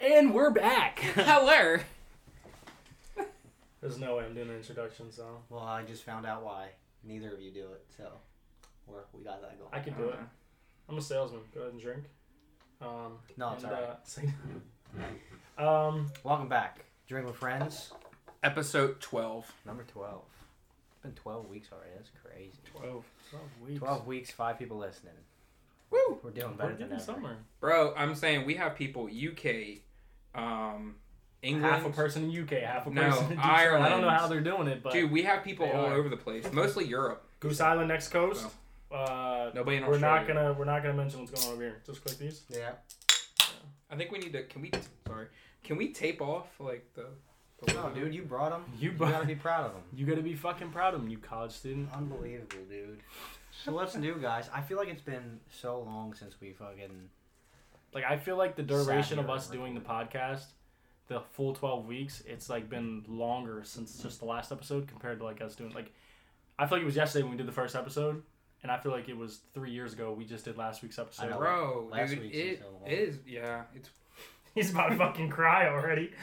And we're back. Hello. There's no way I'm doing an introduction, so Well, I just found out why neither of you do it, so we're, we got that going. I can do it. I'm a salesman. Go ahead and drink. Um, No, it's and, alright. uh, say- um, Welcome back, Drink with Friends, Episode 12. number twelve. It's been twelve weeks already. That's crazy. 12, 12 weeks. Twelve weeks, five people listening. Woo! We're doing We're better than getting ever. somewhere. Bro, I'm saying we have people UK, um, England. Half a person in UK, half a person No, in Detroit. I don't know Ireland. how they're doing it, but Dude, we have people They all are. over the place. Mostly Europe. Goose Island next coast. Uh, Nobody in we're Australia. not gonna we're not gonna mention what's going on over here. Just click these. Yeah. I think we need to. Can we? Sorry. Can we tape off like the? the No, dude, you brought them. You You, brought- gotta be proud of them. You gotta be fucking proud of them, you college student. Unbelievable, dude. So what's new, guys? I feel like it's been so long since we fucking. Like I feel like the Sad duration of you're us not doing the podcast, the full twelve weeks, it's like been longer since just the last episode compared to like us doing like I feel like it was yesterday when we did the first episode, and I feel like it was three years ago we just did last week's I know. episode. Bro, Last dude, week's it was so long. is. Yeah, it's. He's about to fucking cry already.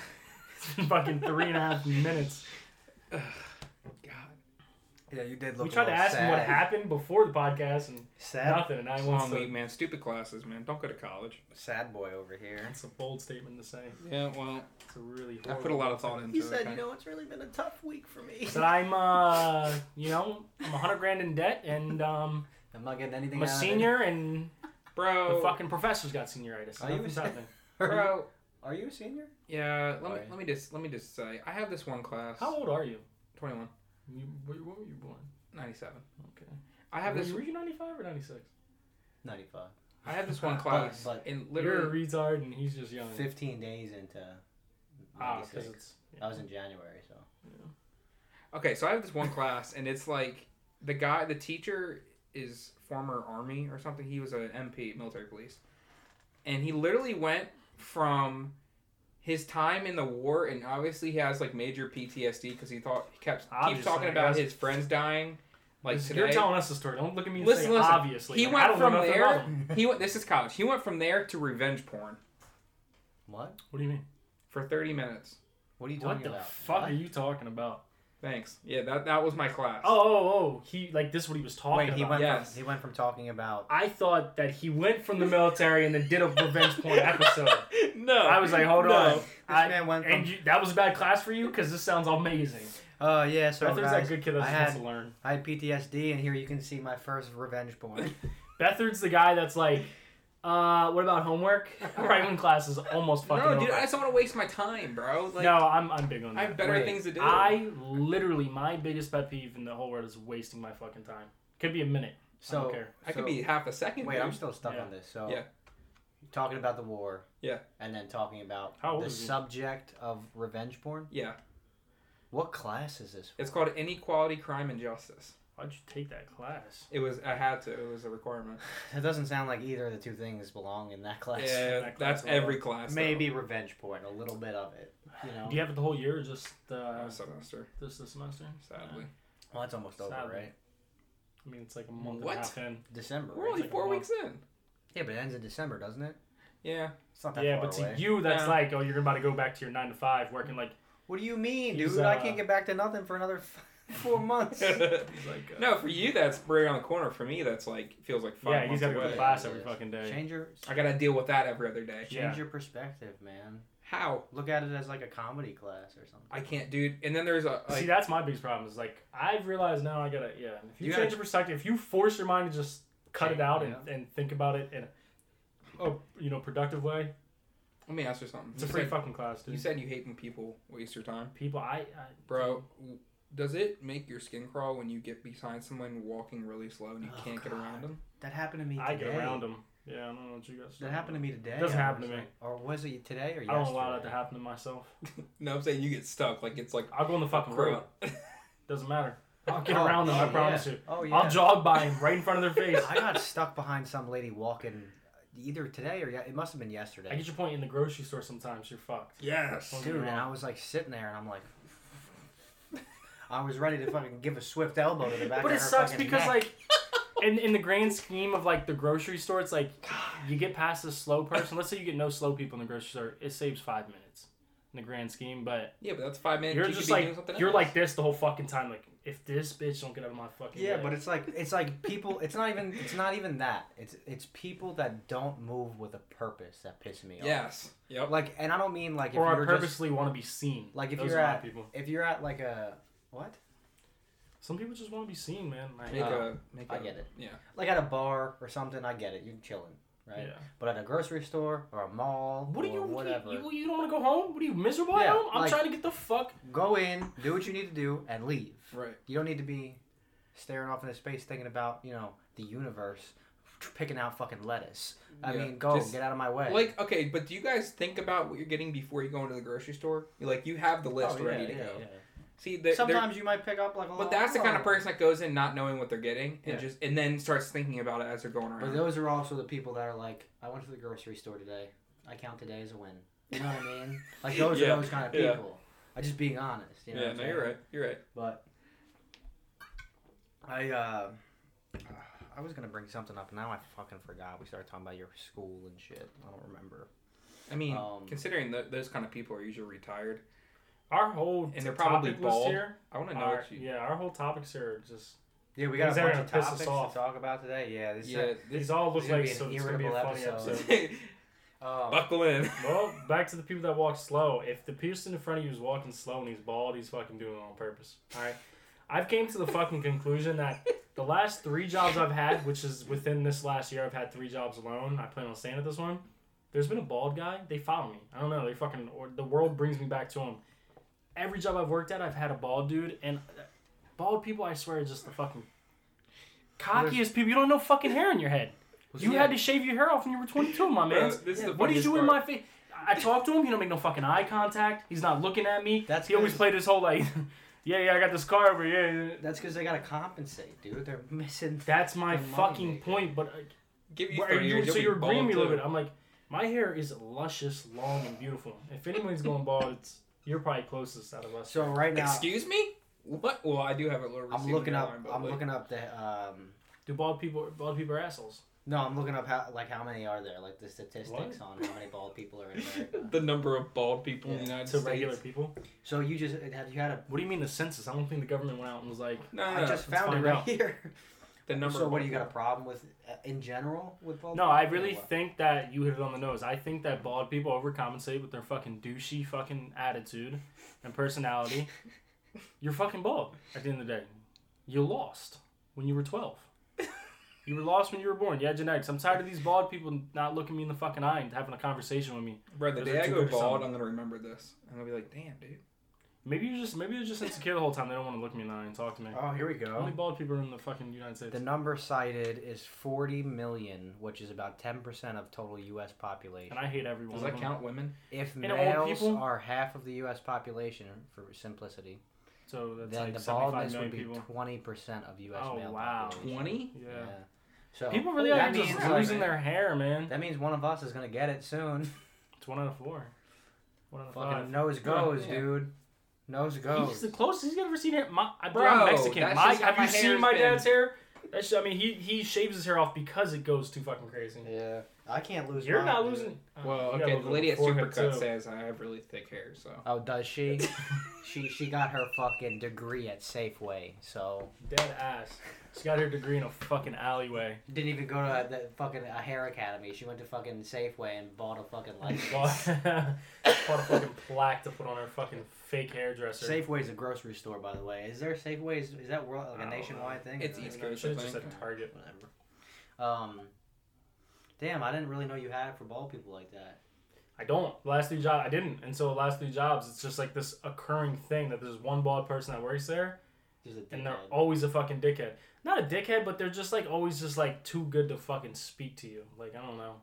It's been fucking three and a half minutes. God. Yeah, you did We tried to ask him what happened before the podcast and Sad, nothing, and I It's want long to. week, man. Stupid classes, man. Don't go to college. sad boy over here. It's a bold statement to say. Yeah, well, It's a really. I put a lot of thought into He it. said, okay? "You know, it's really been a tough week for me. So I'm, uh, you know, I'm a hundred grand in debt, and um, I'm not getting anything I'm a out of it. senior, and bro. the fucking professor's got senioritis. Are you Nothing's a- happening. Are you, bro. are you a senior? Yeah, let me Sorry. let me just let me just say I have this one class. How old are you? 21, you where, where were you born? 97. Okay. I have were, this You, were you 95 or 96? 95. I have this one But- class but- and You're a literally retard, and he's just young. 15 days into Ah, 'cause 96. it's. Uh, That was in January, so. Okay, so I have this one class and it's like the guy the teacher is former army or something. He was an MP, military police. And he literally went from his time in the war and obviously he has like major PTSD cuz he thought he kept Obviously, keeps talking I about guess. his friends dying like This- today. You're telling us the story. Don't look at me and Listen, say listen. obviously. He Like, I went don't know from nothing there. about him. He went. This is college. He went from there to revenge porn What? What do you mean? for thirty minutes. What are you talking What the about? fuck What? are you talking about? Thanks. Yeah, that that was my class. Oh, oh, oh, he like this is what he was talking Wait, he about. went, Yes. from, he went from talking about. I thought that he went from the military and then did a revenge porn episode. no! I was like, hold No. on, This I, man went and from. you, that was a bad class for you because this sounds amazing. Oh, yeah, so Bethard's that guys, good kid that I just had, wants to learn. I had PTSD, and here you can see my first revenge porn. Bethard's the guy that's like, uh, what about homework? right when class is almost fucking No, dude, over. I just don't want to waste my time, bro. Like, no, I'm I'm big on that. I have better Wait, things to do. I literally my biggest pet peeve in the whole world is wasting my fucking time. Could be a minute. So, care. I so- could be half a second. Wait, dude. I'm still stuck Yeah. on this. So, Yeah. talking about the war. Yeah. And then talking about How old the is he? subject of revenge porn. Yeah, What class is this? it's called inequality, crime, and justice. Why'd you take that class? It was. I had to. It was a requirement. It doesn't sound like either of the two things belong in that class. Yeah, that class that's was every class. though. Maybe revenge porn, a little bit of it. You know, Do you have it the whole year or just uh, Uh, semester, this this semester? sadly. well, that's almost over, Sadly. right? I mean, it's like a month What? and a half in. December. We're Right? only like a four month. weeks in. Yeah, but it ends in December, doesn't it? Yeah. It's not that yeah, far but away. to you, that's Yeah. like, oh, you're about to go back to your nine to five, working like, what do you mean, He's, dude? I uh, can't get back to nothing for another f- four months. like uh, no, for you that's right around the corner. For me, that's like feels like five. yeah, months he's got to go away. to away. class Yeah, every it is. fucking day. Change your I gotta deal with that every other day. change Yeah. your perspective, man. How? Look at it as like a comedy class or something. I can't, dude. And then there's a like, See, that's my biggest problem is like I've realized now I gotta yeah. If you, You gotta- change your perspective, if you force your mind to just cut it Change, out and, and think about it in a you know productive way, let me ask you something. it's you, a free said, fucking class, dude. you said you hate when people waste your time, People, I, I bro. w- Does it make your skin crawl when you get beside someone walking really slow and you Oh, can't get God. around them? That happened to me today. I get around them. Yeah, I don't know what you guys. That happened to me today. Doesn't I happen was to me. like- Or was it today or yesterday? I don't allow that to happen to myself. No, I'm saying you get stuck. Like it's like I'll go on the fucking road. road. Doesn't matter. I'll get Oh, around them. oh, I yeah. promise you. Oh yeah. I'll jog by him right in front of their face. I got stuck behind some lady walking either today or ye- it must have been yesterday. I get your point. In the grocery store, sometimes you're fucked. yes. Dude, and I was like sitting there, and I'm like, I was ready to fucking give a swift elbow to the back. But of it her sucks fucking because neck. like in in the grand scheme of like the grocery store, it's like you get past the slow person. Let's say you get no slow people in the grocery store, it saves five minutes in the grand scheme. But Yeah, but that's five minutes. you're you could just be doing like something you're else. like this the whole fucking time. Like if this bitch don't get out of my fucking Yeah, way. but it's like it's like people. It's not even it's not even that. It's it's people that don't move with a purpose that piss me off. yes, yep. Like, and I don't mean like if or I you're just purposely want to be seen. like if Those you're are my at people. if you're at like a what Some people just want to be seen, man. Like, Make Oh, a make I a- get it. Yeah, like at a bar or something. I get it. You're chilling, right? yeah. But at a grocery store or a mall What do or you, whatever, you? You don't want to go home? What are you miserable at Yeah, home? I'm like- trying to get the fuck. go in, do what you need to do, and leave. right. You don't need to be staring off into space thinking about you know the universe, picking out fucking lettuce. I Yeah, mean, go just- get out of my way. Like okay, but do you guys think about what you're getting before you go into the grocery store? You like you have the list Oh, yeah, ready to yeah, go. yeah. See, they're, they're, Sometimes you might pick up like a. but that's the kind of person that goes in not knowing what they're getting and Yeah. just and then starts thinking about it as they're going But around. those are also the people that are like, I went to the grocery store today. I count today as a win. You know what I mean? Like those Yeah, are those kind of yeah. people. I'm just being honest. You know what yeah, I'm no, saying? you're right. You're right. But I uh, I was gonna bring something up. Now I fucking forgot. We started talking about your school and shit. I don't remember. I mean, Um, considering that those kind of people are usually retired, Our whole And they're probably probably bald. list here. I want to know Our, what you. yeah, our whole topics here are just. Yeah, we got got a a These are bunch bunch of of gonna piss topics us topics to off. to talk about today. Yeah, this Yeah, These all this look is gonna like be an so it's gonna be a irritable funny episode. episode. this- uh, buckle in. well, back to the people that walk slow. If the person in front of you is walking slow and he's bald, he's fucking doing it on purpose. All right. I've came to the fucking conclusion that the last three jobs I've had, which is within this last year, I've had three jobs alone. I plan on staying at this one. There's been a bald guy. They follow me. I don't know. They fucking or the world brings me back to him. Every job I've worked at, I've had a bald dude, and bald people, I swear, are just the fucking cockiest people. You don't know fucking hair in your head. You had to shave your hair off when you were 22, my Bro, man. this is the What do you funniest do in part. my face? I talk to him. He don't make no fucking eye contact. He's not looking at me. That's he always good. played this whole like, yeah, yeah, I got this car over here. Yeah. That's because they gotta compensate, dude. They're missing. That's my They're money fucking making. point. But uh, Give you what are thirty you, years. so you'll be you're agreeing bald, me a little too. bit. I'm like, my hair is luscious, long, and beautiful. If anyone's going bald, it's you're probably closest out of us. So right now, Excuse me? What? Well, I do have a little. I'm receding looking up. hairline, but I'm like- looking up the um. Do bald people bald people are assholes? No, I'm looking up how like how many are there, like the statistics What? on how many bald people are in America. the number of bald people in the Yeah, United To States. regular people. so you just have you had a? What do you mean the census? I don't think the government went out and was like, No, no, I no, just let's found it find right out. here. the number. so of what do bald you got a problem with uh, in general with bald? No, people I or really what? think that you hit it on the nose. I think that bald people overcompensate with their fucking douchey fucking attitude and personality. You're fucking bald at the end of the day. You lost when you were 12. You were lost when you were born. Yeah, genetics. I'm tired of these bald people not looking me in the fucking eye and having a conversation with me. Bro, the Those are day I two go good or bald, something. I'm gonna remember this. I'm gonna be like, damn, dude. Maybe you're just maybe they're just insecure the whole time. They don't want to look me in the eye and talk to me. Oh, here we Only go. bald people are in the fucking United States. The number cited is 40 million, which is about 10% of total U.S. population. And I hate everyone. Does that count women? If know, old males people- are half of the U.S. population, for simplicity, So that's then like the 75 baldness million would be people. 20% of U.S. Oh, male wow. population. Twenty? Yeah. Yeah. So People really are that just means, losing like, their hair, man. That means one of us is gonna get it soon. It's one out of four. One out of Fucking five. nose goes, Yeah. dude. Nose He's goes. the closest he's ever seen hair. My, I, bro, Bro, I'm Mexican. that's My, just how have my you seen hair's my been. dad's hair? That's, I mean, he, he shaves his hair off because it goes too fucking crazy. Yeah, I can't lose. You're mine, not dude. losing. oh, Well, you got okay. a little The bit lady at of forehead, Supercut too. says I have really thick hair, so. Oh, does she? she she got her fucking degree at Safeway, so Dead ass. She got her degree in a fucking alleyway. didn't even go to the fucking a hair academy. She went to fucking Safeway and bought a fucking Bought, license. bought a fucking plaque to put on her fucking fake hairdresser. Safeway's a grocery store, by the way. Is there Safeways? Is that world I like don't a know. nationwide thing? It's or- East You know, Coast, should've I just think. said Target. whatever. Um, damn, I didn't really know you had it for bald people like that. I don't. The last three jobs, I didn't. And so the last three jobs, it's just like this occurring thing that there's one bald person that works there. Just a dickhead. and they're always a fucking dickhead. Not a dickhead, but they're just like always just like too good to fucking speak to you. Like I don't know.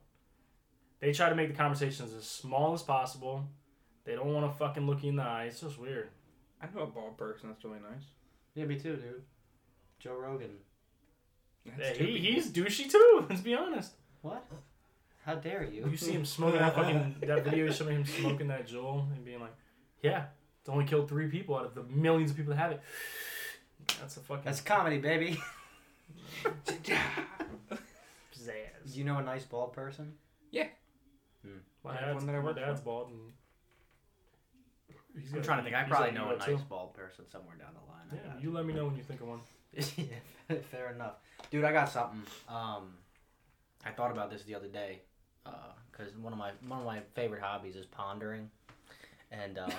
They try to make the conversations as small as possible. They don't want to fucking look you in the eye. It's just weird. I know a bald person. That's really nice. Yeah, me too, dude. Joe Rogan. That's two he, people. he's douchey too. Let's be honest. What? How dare you? You see him smoking that fucking that video showing him smoking that Joel and being like, yeah, it's only killed three people out of the millions of people that have it. That's a fucking. That's comedy, baby. Pizzazz. Do you know a nice bald person? My I have dad's, one that I my work dad's for. bald. And he's I'm got- trying to think. I he's probably got know emo a nice too. bald person somewhere down the line. I Yeah, got you let me know when you think of one. yeah, fair enough. Dude, I got something. Um, I thought about this the other day because one of my one of my favorite hobbies is pondering, and um,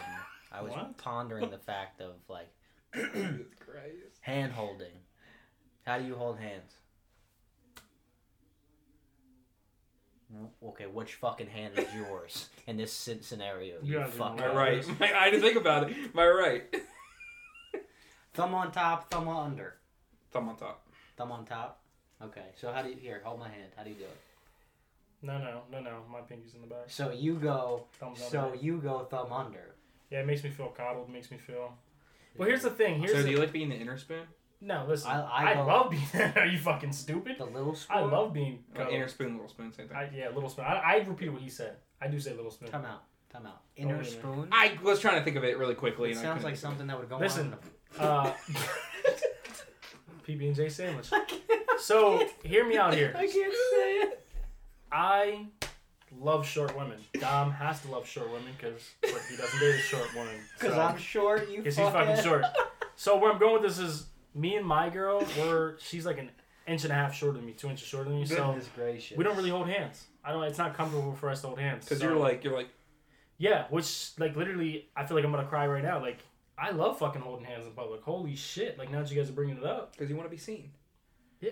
I was What? pondering the fact of like Jesus Christ. hand holding. How do you hold hands? W- Okay, which fucking hand is yours in this sce- scenario? You You guys are fucking Am I right? My, I had to think about it. Am I right? Thumb on top, thumb under. Thumb on top. Thumb on top. Okay, so how do you here? Hold my hand. How do you do it? No, no, no, no. My pinky's in the back. So you go Thumbs up. So you go thumb under. yeah, it makes me feel coddled. Makes me feel. Well, here's the thing. Here's so the... do you like being the inner spoon? no. Listen, I- I, I go- love being. Are you fucking stupid? the little spoon. I love being. Or Cuddled. inner spoon, little spoon, same thing. I, yeah, little spoon. I, I repeat what he said. I do say little spoon. Time out. Time out. Don't Inner worry, man. spoon. I was trying to think of it really quickly. It and I sounds couldn't like think of something that would go Listen. on. Uh, PB and J sandwich. So hear me out here. can't say it. I love short women. Dom has to love short women because he doesn't date a short woman. Because So- I'm short. You. Because he's fucking short. So where I'm going with this is me and my girl, we're she's like an inch and a half shorter than me, two inches shorter than me. So Goodness gracious. we don't really hold hands. I don't. It's not comfortable for us to hold hands. Because so- you're like you're like yeah, which like literally, I feel like I'm gonna cry right now. Like I love fucking holding hands in public. Holy shit! Like now that you guys are bringing it up, because you want to be seen. Mm,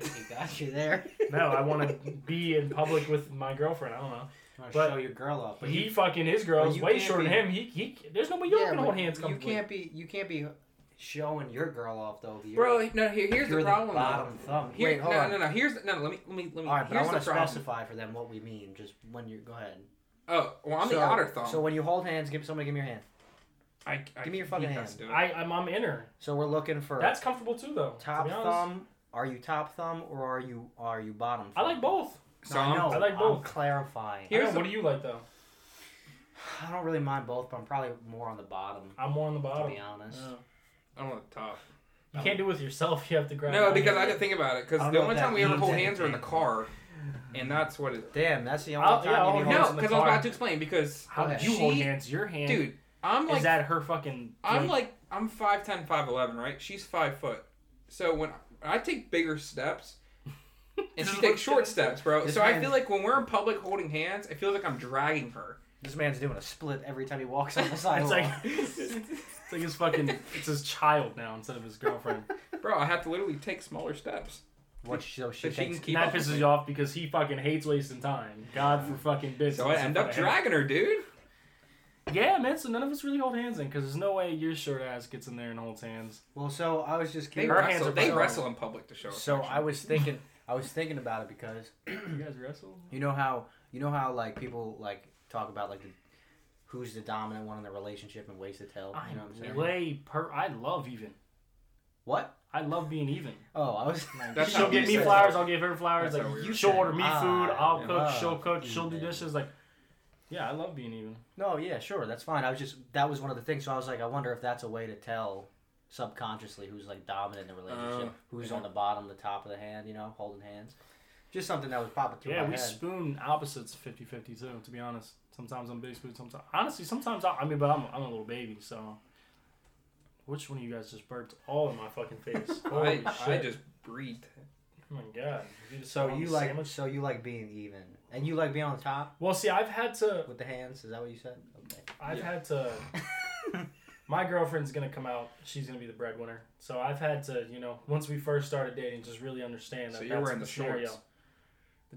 he got you there. no, I want to be in public with my girlfriend. I don't know, I'm gonna But- show your girl off. but he fucking his girl but is you way can't shorter be- than him. He he. There's no way you're gonna but hold hands You comfortably. can't be. You can't be showing your girl off though. You're, Bro, no. Here, here's you're the problem. though. bottom thumb. Here, Wait, hold no, on. no, no. Here's no. no, Let me, let me, let me. All right, but I here's want the to problem. specify for them what we mean. Just when you're. Go ahead. Oh, well, I'm So- the outer thumb. So when you hold hands, give somebody give me your hand. I, I, give me your fucking he has hand. to do it. I I'm, I'm inner. So we're looking for. That's comfortable too though. to top be honest. thumb. Are you top thumb or are you are you bottom? I Thumb? like both. so I'm, know, I like I'm both. clarifying. Here's I know, the- what do you like though? I don't really mind both, but I'm probably more on the bottom. I'm more on the To bottom. Oh. be honest, Yeah. I'm on the top. You can't do it with yourself. You have to grab. No, it. because I had to think about it. I Because don't the know only if time that we ever means hold hands are in the anything. car, and that's what it. damn, that's the only I'll- time yeah, I'll you need to No, hold hands in hold. the because I was car. about to explain. Because how did Okay. you hold She- hands? Your hand dude, I'm like is at her fucking. I'm like, like I'm five ten, five eleven, right? She's five foot. So when I take bigger steps, and This she is takes what- short steps, bro. This So I man- feel like when we're in public holding hands, it feels like I'm dragging her. This man's doing a split every time he walks on the It's sidewalk. like, it's like his fucking. It's his child now instead of his girlfriend. Bro, I have to literally take smaller steps. what? So she So she thinks. can And keep that up. with pisses me. you off because he fucking hates wasting time. God for fucking bitch. So I end up dragging her, dude. Yeah, man. So none of us really hold hands in because there's no way your short ass gets in there and holds hands. Well, so I was just They Her curious. hands wrestle. are They brown. wrestle in public to show. So affection. I was thinking. I was thinking about it because You guys wrestle? you know how you know how like people like talk about like the, who's the dominant one in the relationship and ways to tell. You know what I'm saying? I'm way per. I love even. What? I love being even. Oh, I was. That's how she'll we get me said it. flowers. I'll give her flowers. That's how we like were she'll saying. order me food. Ah, I'll I cook. love She'll cook. She'll do even. dishes. Like, yeah, I love being even. No, yeah, sure, that's fine. I was just that was one of the things. So I was like, I wonder if that's a way to tell subconsciously who's like dominant in the relationship, Oh, who's yeah. on the bottom, the top of the hand, you know, holding hands. Just something that was popping through Yeah, my we head. spoon opposites 50-50 too. To be honest, sometimes I'm big spoon. Sometimes honestly, sometimes I, I mean, but I'm, I'm a little baby. So, which one of you guys just burped all in my fucking face? Holy I, I shit. just breathed. oh my god. You just so throw you the like sandwich? so you like being even, and you like being on top Well, see, I've had to. with the hands. Is that what you said? Okay. I've Yeah. had to. My girlfriend's gonna come out. She's gonna be the breadwinner. So I've had to, you know, once we first started dating, just really understand that So you're that's wearing the the scenario. shorts. The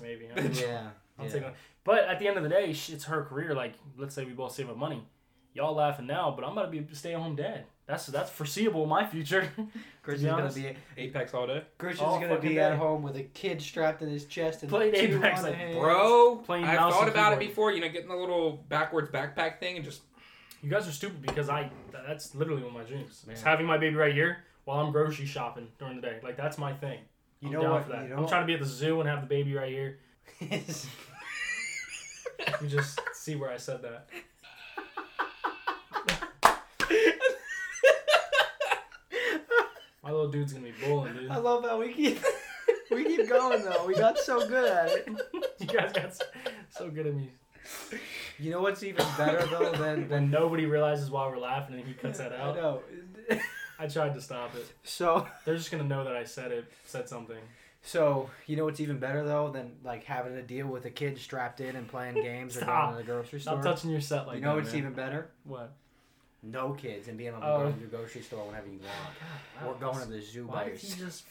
maybe. I don't know. yeah. I'll yeah. take on. But at the end of the day, sh- it's her career. Like, let's say we both save up money. Y'all laughing now, but I'm about to be a stay-at-home dad. That's that's foreseeable in my future. Christian's gonna honest, be Apex all day, Christian's all gonna fucking be at day. home with a kid strapped to his chest and Playing two Apex, on like, hands. bro. Playing I mouse thought and about it keyboard. before. You know, getting the little backwards backpack thing and just You guys are stupid because I. th- That's literally one of my dreams. Man. It's having my baby right here while I'm grocery shopping during the day. Like that's my thing. You I'm know down what? For that. You know I'm trying to be at the zoo and have the baby right here. what? You just see where I said that. My little dude's gonna be bowling, dude. I love how we keep we keep going though. We got so good at it. you guys got s- so good at me. You know what's even better though than than When nobody realizes why we're laughing and he cuts that I out, know. I tried to stop it. So They're just gonna know that I said it, said something. so you know what's even better though than like having to deal with a kid strapped in and playing games or Stop. going to the grocery store. Stop touching your set like you know that, what's man. even better? what? No kids and being able to Oh. go to the grocery store whenever you want. Or going to the zoo by Why did he yourself. just?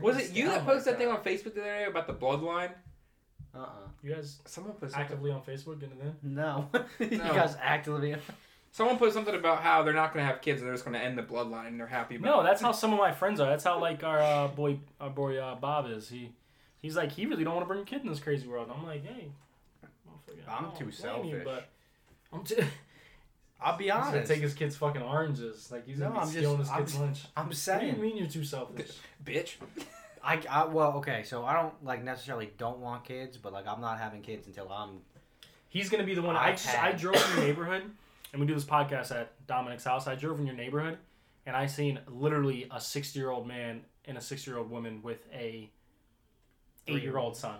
Was it you that Oh my posted that thing God. on Facebook the other day about the bloodline? Uh uh You guys Someone put something, actively on Facebook getting in? No. you guys actively. someone put something about how they're not gonna have kids and they're just gonna end the bloodline and they're happy. About No, that's how some of my friends are. That's how like our uh, boy, our boy uh, Bob is. He, he's like he really don't want to bring a kid in this crazy world. I'm like, hey, motherfucker, I I'm don't too blame selfish. I'm too. I'll be He's gonna honest. take his kid's fucking oranges. Like he's No, gonna be I'm just- stealing his I'm kid's just- lunch. I'm What do you saying. mean you're too selfish? bitch. I, I well okay so I don't like necessarily don't want kids but like I'm not having kids until I'm He's gonna be the one. I just I iPad. drove in your neighborhood, and we do this podcast at Dominic's house. I drove in your neighborhood, and I seen literally a sixty year old man and a sixty year old woman with a eight year old son.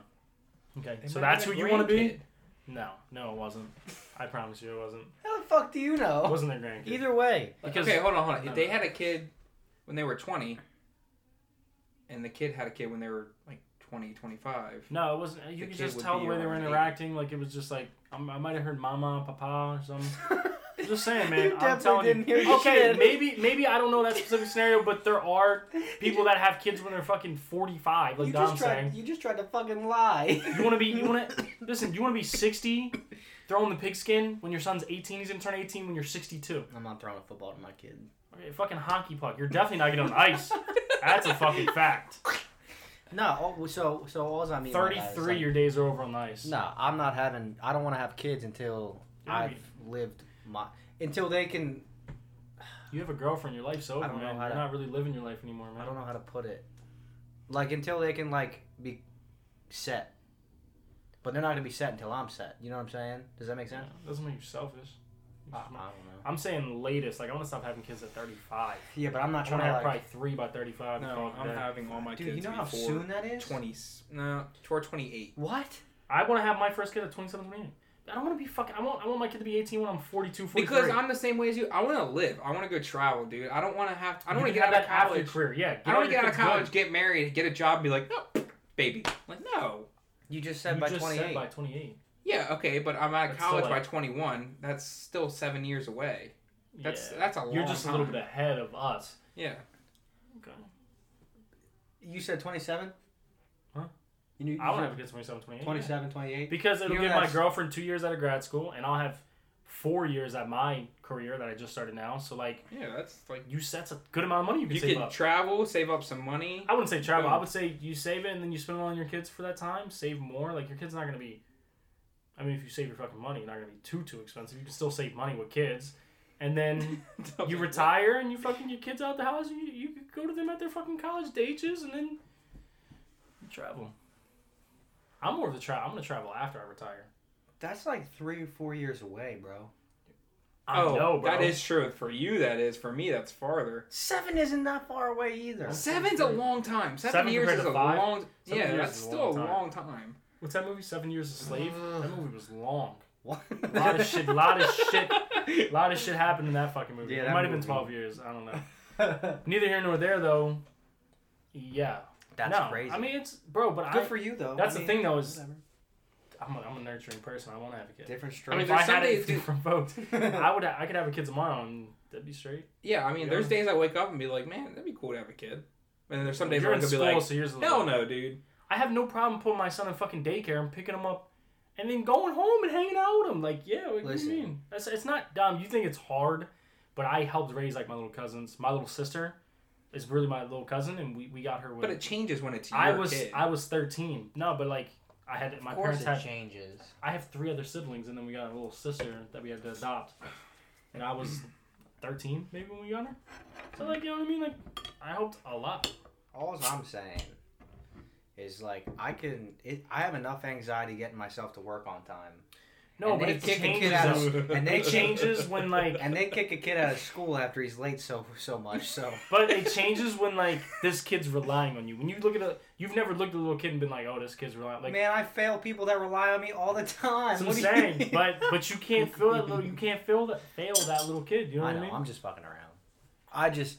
Okay, so that's who you want to be. No, no, it wasn't. I promise you, it wasn't. how the fuck do you It know wasn't their grandkid. Oh. either way because okay, hold on, hold on. No, If they no. had a kid when they were 20, and the kid had a kid when they were like 20, 25. no, it wasn't. You The could kid just would tell the be way they were around eight. interacting. Like it was just like I'm, I might have heard mama, papa, or something. I'm just saying, You man. I'm definitely telling didn't you. hear your okay, shit. maybe maybe I don't know that specific scenario, but there are people that have kids when they're fucking forty five, like you Dom's just tried saying. you just tried to fucking lie You want to be you want to listen. You want to be sixty, throwing the pigskin when your son's eighteen. He's gonna turn eighteen when you're sixty two. I'm not throwing a football to my kid Okay, fucking hockey puck. You're definitely not getting on ice. That's a fucking fact. no oh, so so all I mean by that Thirty is, three, like, your days are over on the ice. no I'm not having I don't want to have kids until Dude. I've lived my until they can You have a girlfriend. Your life's over, I don't know man. how You're to- not really living your life anymore, man. I don't know how to put it like until they can like be set but they're not gonna be set until I'm set you know what I'm saying does that make Yeah, sense Ah, doesn't make you selfish. I, I don't know I'm saying latest. Like I want to stop having kids at 35. yeah but I'm not I trying want to to have like probably three by 35. and No, call it a I'm day. having all my Dude, kids you know how before soon that is? 20, no, toward 28. What? I want to have my first kid at 27, 28. I don't want to be fucking. I want. I want my kid to be 18 when I'm 42, 43. Because I'm the same way as you. I want to live. I want to go travel, dude. I don't want to have. I don't You want to can get out have of that after your college. Career, yeah. I don't want to get out of college, Good. get married, get a job, and be like, no, baby. Like, no. You just said you by just twenty said eight. by 28. Yeah, okay, but I'm out of That's still college by like- 21. That's still seven years away. That's Yeah. that's a long You're just a little time. bit ahead of us. Yeah. Okay. You said twenty seven? Huh? You knew I want to have a kid 27, 28. yeah. 27, 28. Because it'll You know give my that's- girlfriend two years out of grad school, and I'll have four years at my career that I just started now. So like, Yeah, that's like. you that's a good amount of money you can You save can up. travel, save up some money. I wouldn't say travel. Boom. I would say you save it and then you spend it on your kids for that time. Save more. Like your kid's not gonna be. I mean, if you save your fucking money, you're not gonna be too too expensive. You can still save money with kids, and then you retire and you fucking your kids out the house. You you could go to them at their fucking college ages and then you travel. I'm more of the travel. I'm gonna travel after I retire. That's like three or four years away, bro. I oh, know, bro. that is true. For you, that is. For me, that's farther. Seven isn't that far away either. Seven's a long time. Seven, Seven years compared is to a five? long. Seven yeah, years that's is a still long a time. long time. What's that movie? Seven Years a Slave. that movie was long. What? A lot of shit. lot of shit. A lot of shit happened in that fucking movie. Yeah, it that might have been movie. 12 years. I don't know. Neither here nor there, though. Yeah. That's no, crazy. I mean, it's bro, but Good I, for you though. that's I the mean, thing though is whatever. I'm a, I'm a nurturing person. I want to have a kid. Different I strokes. mean, if I there's had some it days, dude- from both, I would. I could have a kid tomorrow and that'd be straight. Yeah, I mean, Yeah. there's days I wake up and be like, man, that'd be cool to have a kid. And then there's some days where I'm gonna be like, so here's the hell no, dude. I have no problem putting my son in fucking daycare and picking him up, and then going home and hanging out with him. Like, yeah, what Listen. do you mean? That's it's not dumb. You think it's hard, but I helped raise like my little cousins. My little sister is really my little cousin, and we, we got her when But it changes when it's your I was kid. I was thirteen. No, but like I had my of course parents it had changes. I have three other siblings, and then we got a little sister that we had to adopt. And I was 13, maybe, when we got her. So, like, you know what I mean? Like, I helped a lot. All I'm saying is like I can. It, I have enough anxiety getting myself to work on time. No, And but they it kick a changes. kid out of- though. and they it changes when like, And they kick a kid out of school after he's late so so much. So but it changes when like this kid's relying on you. When you look at a, you've never looked at a little kid and been like, oh, this kid's relying. Like, man, I fail people that rely on me all the time. that's what What I'm do you saying. mean? But but you can't feel that little, you can't feel that fail that little kid. You know I what know. I mean? I'm just fucking around. I just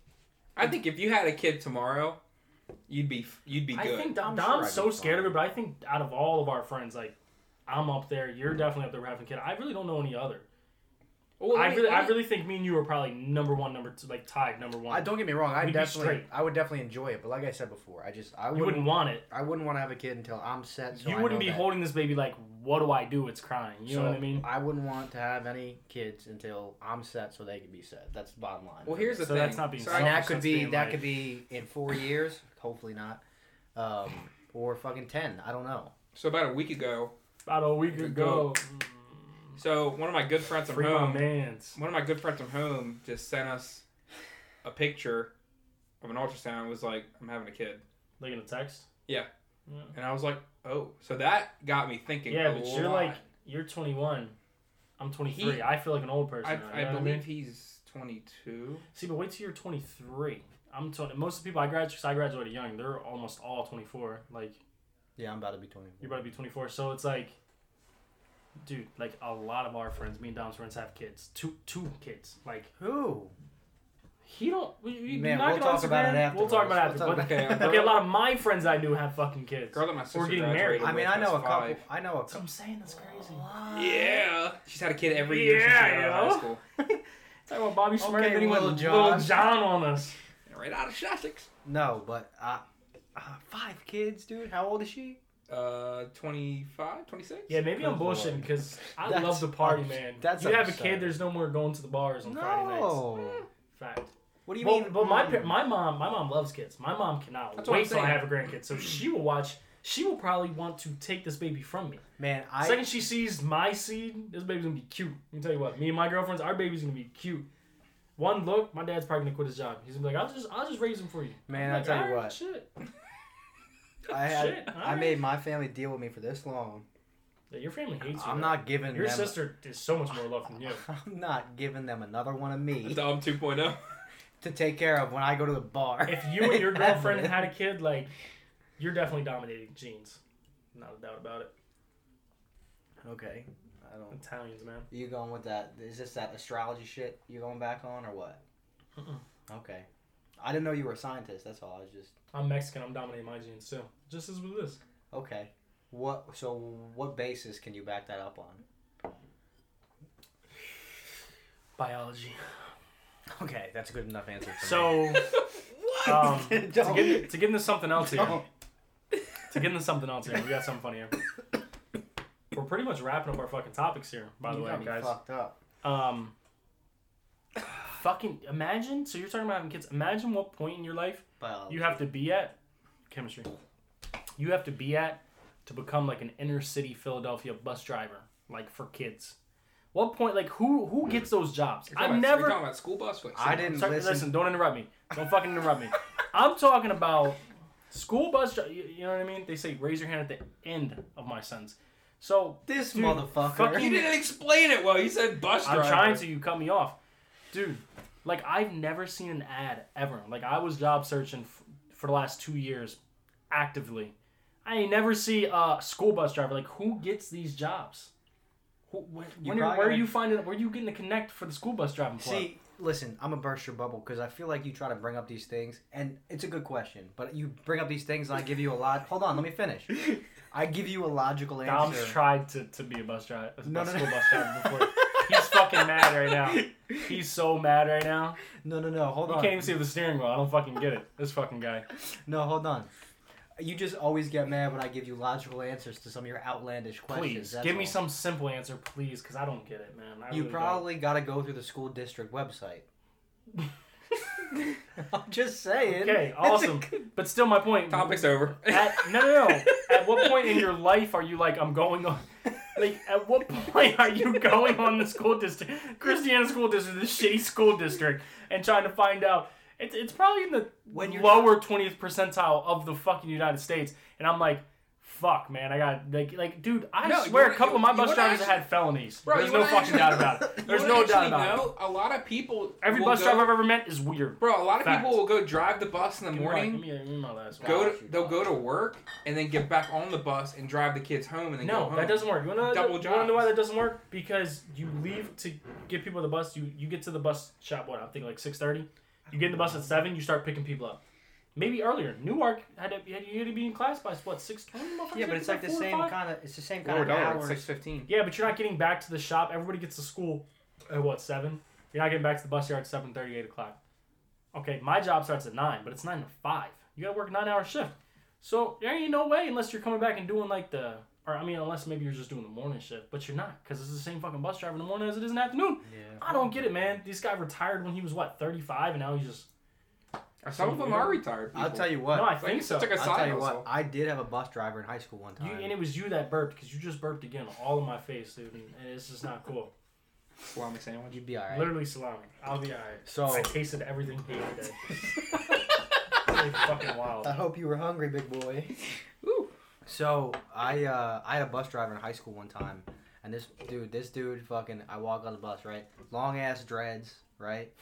I think if you had a kid tomorrow, you'd be you'd be I good. think I'm Dom, sure I'd Dom's be so scared of fine. it, but I think out of all of our friends, like I'm up there, you're definitely up there with having a kid. I really don't know any other. Well, let I me- really, let I me- really think me and you are probably number one, number two, like tied number one. I don't get me wrong. I We'd be definitely straight. I would definitely enjoy it. But like I said before, I just I you wouldn't wouldn't want it. I wouldn't want to have a kid until I'm set. So you I wouldn't know be that. holding this baby like, what do I do? It's crying. You know So what I mean? I wouldn't want to have any kids until I'm set, so they can be set. That's the bottom line. Well, here's the So thing. that's not being So and I- that could be being that like- could be in four years. Hopefully not, um, or fucking ten. I don't know. so about a week ago, About a week Good ago, so one of my good friends mm, from free my home, man's. one of my good friends from home, just sent us a picture of an ultrasound. It was like, I'm having a kid, Like in a text. Yeah. Yeah, and I was like, oh, so that got me thinking. Yeah, a but you're lot. like you're 21. I'm 23. I feel like an old person. I, now, you I know what believe mean? he's 22. See, but wait till you're 23. I'm 20. Most of the people I graduated, because I graduated young, they're almost all 24. Like Yeah, I'm about to be twenty. you're about to be 24, so it's like, dude, like a lot of our friends, me and Dom's friends, have kids. Two, two kids. Like Who? he don't. We, we Man, knock we'll it on talk about it Instagram. We'll talk about it afterwards. after. We'll but- talk about it. Okay, okay, a lot of my friends I knew have fucking kids. Girl that my sister getting graduated married. I with mean, I know was a couple. five. I know a That's couple. what I'm saying. That's crazy. Yeah, she's had a kid every year since she Yeah, got out yo. of high school. Talk about Bobby Smurda. Okay, then he went Lil Lil Jon. John. John on us. Right out of Sussex. No, but uh, uh, five kids, dude. How old is she? Uh, 25, 26? Yeah, maybe I'm Good lord. bullshitting because I That's love the party, abs- man. that's you have a absurd. kid, there's no more going to the bars on Friday nights. No. Fact. What do you Well, mean? but my mm? pa- my mom my mom loves kids. My mom cannot That's what wait I'm till I saying. have a grandkid. So she will watch. She will probably want to take this baby from me. man, I Second she sees my seed, this baby's gonna be cute. Let me tell you what. Me and my girlfriends, our baby's gonna be cute. One look, my dad's probably gonna quit his job. He's gonna be like, "I'll just I'll just raise him for you." man, I'm I like, tell you "Alright, what. Shit. I had, Shit, I alright. made my family deal with me for this long. Yeah, your family hates you. I'm man. not giving Your them. sister is so much more love than you. I'm not giving them another one of me Dom 2.0. to take care of when I go to the bar. if you and your girlfriend Ever. had a kid, like you're definitely dominating genes. Not a doubt about it. okay, I don't. Italians, man. You going with that? Is this that astrology shit you going back on or what? Mm-mm. Okay, I didn't know you were a scientist. That's all. I was just I'm Mexican. I'm dominating my genes too. Just as with this. okay. What? So what basis can you back that up on? Biology. Okay, that's a good enough answer. For So what? um, to Don't. get to get into something else here. Don't. To get into something else here. We got something funny here. We're pretty much wrapping up our fucking topics here, by the You way, got me guys. fucked up. Um, fucking imagine. So you're talking about having kids. Imagine what point in your life Biology. you have to be at chemistry. You have to be at to become like an inner city Philadelphia bus driver, like for kids. What point? Like who who gets those jobs? You're talking I've about- You're never. talking about school bus? Wait, I so- didn't Sorry, listen. listen. don't interrupt me. Don't fucking interrupt me. I'm talking about school bus. dri- You, you know what I mean? They say raise your hand at the end of my sentence. So This Dude, motherfucker. fucking- You didn't explain it well. You said bus driver. I'm trying to. You cut me off, dude. Like I've never seen an ad ever. Like I was job searching f- for the last two years, actively. I ain't never see a school bus driver. Like who gets these jobs? Who, when, You when are- probably where are gotta- you finding? Where are you getting the connect for the school bus driving club? See, listen, I'm gonna burst your bubble because I feel like you try to bring up these things, and it's a good question, but you bring up these things, and I give you a lot. Hold on, let me finish. I give you a logical Dom's answer. tried to, to be a bus driver, a No, no, school no. bus driver before. He's fucking mad right now. He's so mad right now. no, no, no. Hold You on. can't even see the steering wheel. I don't fucking get it. This fucking guy. No, hold on. You just always get mad when I give you logical answers to some of your outlandish questions. Please that's give me all. some simple answer, please, because I don't get it, man. I You really probably got to go through the school district website. I'm just saying. Okay, It's a awesome. good- Don't. But still, my point. Topic's over. At, no, no, no. At what point in your life are you like, I'm going on? Like, at what point are you going on the school district, Christiana school district, this shitty school district, and trying to find out? It's it's probably in the When you're- lower twentieth percentile of the fucking United States, and I'm like, fuck, man, I got like, like, dude, I No, you swear, a wanna- couple of you- my you bus wanna drivers actually- had felonies. Bro, There's you no wanna fucking actually- doubt about it. There's You no doubt actually about it. know, A lot of people. Every will bus go- driver I've ever met is weird. Bro, a lot of Fact. people will go drive the bus in the Give me my- morning. give me- give me my last one. go Gosh, to, you they'll go to guys. work and then get back on the bus and drive the kids home and then go No, home. that doesn't work. You wanna, know- Double you wanna know why jobs. that doesn't work? Because you leave to get people to the bus. You you get to the bus shop. What I'm thinking, like six thirty. You get in the bus at seven. You start picking people up. Maybe earlier. Newark had to, had you had to be in class by what six twenty? Yeah, but it's like the same kind of. It's the same kind Lower of dollar, hours. it's six fifteen. Yeah, but you're not getting back to the shop. Everybody gets to school at what seven. You're not getting back to the bus yard at seven thirty, eight o'clock. Okay, my job starts at nine, but it's nine to five. You gotta work a nine hour shift. So there ain't no way unless you're coming back and doing like the, or I mean, unless maybe you're just doing the morning shift, but you're not because it's the same fucking bus driver in the morning as it is in the afternoon. Yeah. I don't get it, man. This guy retired when he was what thirty five, and now he's just. Some of them are retired. People. I'll tell you what. No, I Like, think it's so. like a I'll side tell you what. hustle. I did have a bus driver in high school one You, time. and it was you that burped because you just burped again all in my face, dude, and and it's just not cool. Salami sandwich. You'd be all right. Literally salami. I'll be alright. So- I tasted everything he ate today. Really fucking wild. I hope you were hungry, big boy. Ooh. So I uh, I had a bus driver in high school one time, and this dude, this dude, fucking, I walk on the bus, right? Long ass dreads, right?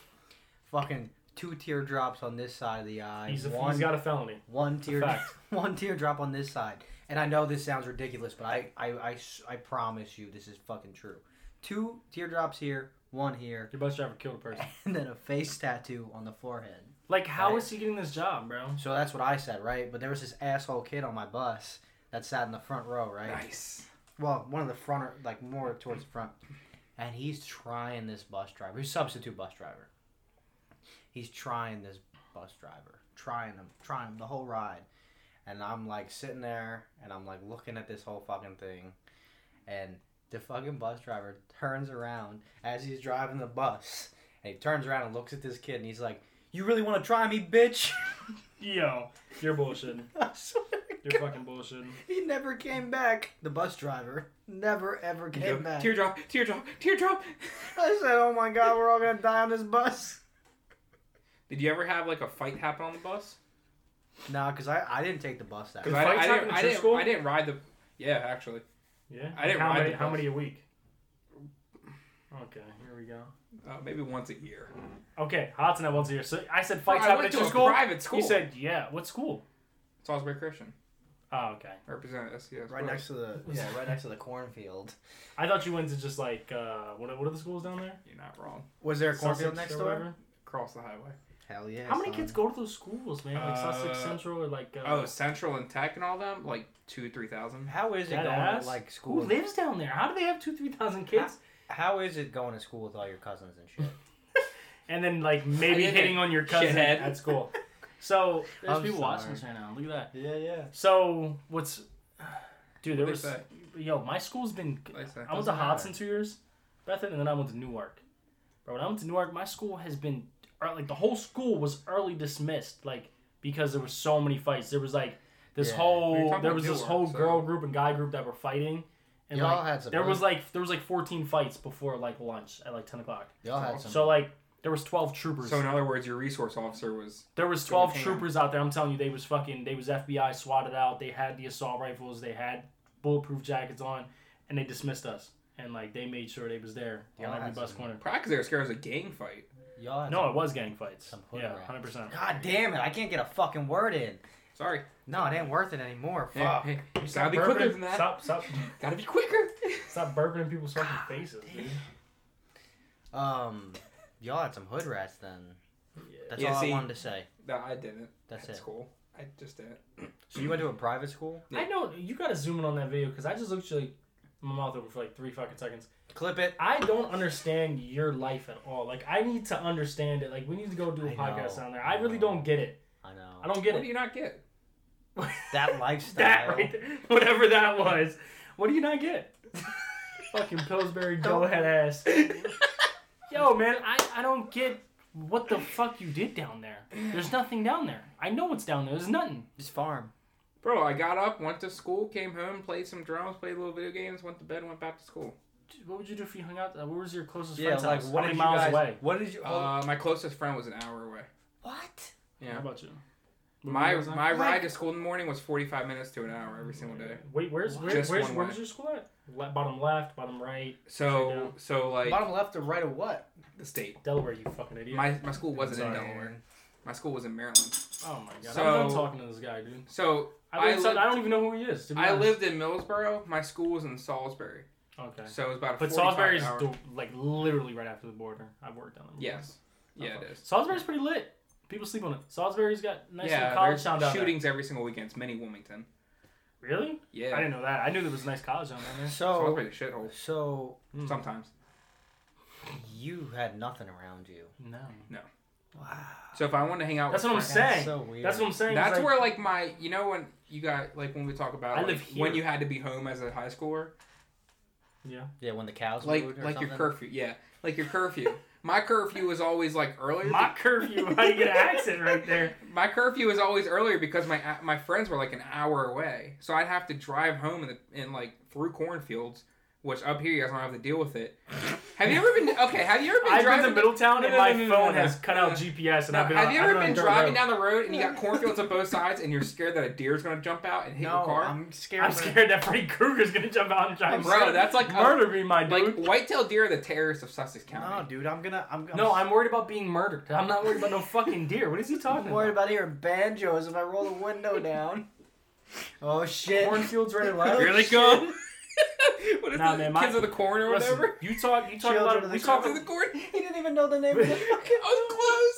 Fucking two teardrops on this side of the eye. He's, a, one, he's got a felony. one a tear, fact. one teardrop on this side. And I know this sounds ridiculous, but I, I, I, s- I promise you, this is fucking true. Two teardrops here, one here, Your bus driver killed a person. and then a face tattoo on the forehead. Like, how is Right. he getting this job, bro? So that's what I said, right? But there was this asshole kid on my bus that sat in the front row, right? Nice. well, one of the front, like more towards the front, and he's trying this bus driver. He's a substitute bus driver. He's trying this bus driver, trying him, trying him the whole ride, and I'm like sitting there and I'm like looking at this whole fucking thing, and the fucking bus driver turns around as he's driving the bus, and he turns around and looks at this kid and he's like, "You really want to try me, bitch?" Yo, you're bullshitting. I swear to You're fucking bullshitting. He never came back. The bus driver never ever You go, came back. Teardrop, teardrop, teardrop. I said, "Oh my god, we're all gonna die on this bus." Did you ever have like a fight happen on the bus? Nah, cause I, I didn't take the bus that. Because Did I, fights I, happen didn't, at I, your didn't, school? I didn't ride the. Yeah, actually. Yeah? I didn't how ride many, the How bus. many a week? Okay, here we go. Uh, maybe once a year. Okay, Hot's not once a year. So I said Bro, fights I happen went at to your a school? private school. He said, yeah. What school? Salisbury Christian. Oh, okay. Represent SCS. Right next to the Was- yeah, right next to the cornfield. I thought you went to just like, uh, what, what are the schools down there? You're not wrong. Was there Sussex or whatever? Across the highway. Hell yeah. How many son. kids go to those schools, man? Like Sussex Uh, Central or like. Uh, Oh, Central and Tech and all them? Like two, three thousand? How is it dead going ass? to, like school? Who lives down there? How do they have two, three thousand kids? How is it going to school with all your cousins and shit? And then like maybe I did hitting on your cousin shithead. at school. So there's I'm people watching sorry. this right now. Look at that. yeah, yeah. So what's, dude? There What'd was they yo. My school's been. Like I said, I went to doesn't matter. Hodson two years, Bethan, and then I went to Newark. Bro, when I went to Newark, my school has been or, like the whole school was early dismissed, like because there was so many fights. There was like this Yeah. Well, you're whole talking there about was this Newark, whole so- girl group and guy group that were fighting, and Y'all like had some. there was like there was like 14 fights before like lunch at like 10 o'clock. y'all had some. So like there was 12 troopers. So in other words, your resource officer was there was so 12 hang on. troopers out there. I'm telling you, they was fucking. They was FBI swatted out. They had the assault rifles. They had bulletproof jackets on, and they dismissed us. And like they made sure they was there Y'all on every had bus some- corner. probably because they were scared it was a gang fight. y'all had No, it was gang fights. Some hood Yeah, rats. 100. percent some- God damn it! I can't get a fucking word in. Sorry. No, it ain't worth it anymore. Hey, Fuck. hey, gotta be quicker than that. Stop, stop, Gotta be quicker. stop burping in people's fucking faces, dude. Um, y'all had some hood rats then. That's Yeah, all I see- wanted to say. no, I didn't. That's it. cool. I just didn't. So you went to a private school? Yeah. I know you gotta zoom in on that video because I just looked at you, like my mouth open for like three fucking seconds. Clip it. I don't understand your life at all. Like I need to understand it. Like we need to go do a I podcast know. on there. I really I don't know. get it. I know. I don't get What do it. you not get? That lifestyle. that right there, whatever that was. What do you not get? Fucking Pillsbury go ahead ass. Yo man, I, I don't get what the fuck you did down there. There's nothing down there. I know what's down there. There's nothing. Just farm. Bro, I got up, went to school, came home, played some drums, played little video games, went to bed, went back to school. Dude, What would you do if you hung out? Where was your closest Yeah, friend's like house? what How did many you miles guys, away? What did you? Uh, my closest friend was an hour away. Uh, what? Yeah. How about you? What My was that? my ride to school in the morning was 45 minutes to an hour every single day. Wait, where's where, Just where's one where's way. your school at? Le- bottom left, bottom right, Straight So down. so like Bottom left or right of what? the state. Delaware. You fucking idiot. My my school wasn't in Sorry. Delaware. My school was in Maryland. oh my god. So- I'm done talking to this guy, dude. So I, I don't- so- lived- I don't even know who he is. To be I honest. lived in Millsboro. My school was in Salisbury. Okay. So it was about a But 45 Salisbury's hour. the, like literally right after the border. I've worked down there. before. yes. Not Yeah, far. it is. Salisbury's pretty lit. People sleep on it. Salisbury's got nice little yeah, college there's town down shootings every single weekend. It's many Wilmington. there. Really? I Yeah. didn't know that. I knew there was a nice college down there. So, Salisbury's a shithole. so Mm. Sometimes. you had nothing around you. No. Wow. So if I wanted to hang out That's with what I'm friends- Say, so weird. That's what I'm saying. That's It's like- where like my you know when you got like when we talk about I like, live when here. you had to be home as a high schooler Yeah. yeah, when the cows like moved or like your something. curfew yeah like your curfew my curfew was always like earlier My curfew. How you get an accent right there? my curfew was always earlier because my uh, my friends were like an hour away so I'd have to drive home in, the, in like through cornfields which up here you guys don't have to deal with it have you ever been okay have you ever been I've been driving to Middletown No, and no, my no, no, no, phone no, has no. cut out GPS and No, I've been. have on- you I've ever on been dirt driving road. down the road and you got cornfields on both sides and you're scared that a deer's gonna jump out and hit your no, car? I'm scared. I'm for- scared that Freddy Krueger's gonna jump out and try to Bro, that's like a- murder me, my dude. like white-tailed deer are the terrorists of Sussex County. No, dude, I'm gonna. I'm gonna. No, I'm worried about being murdered. I'm not worried about no fucking deer. What is he talking I'm worried about? about hearing banjos if I roll the window down. Oh shit! Oh, Cornfields right and Oh, left. Here they Shit. come. what is Nah, it? man, my- Kids of the corn or Listen, whatever? you talk. You talk Children a lot. of Of, the we corn. talk. Kids of the corn? He didn't even know the name of the fucking. I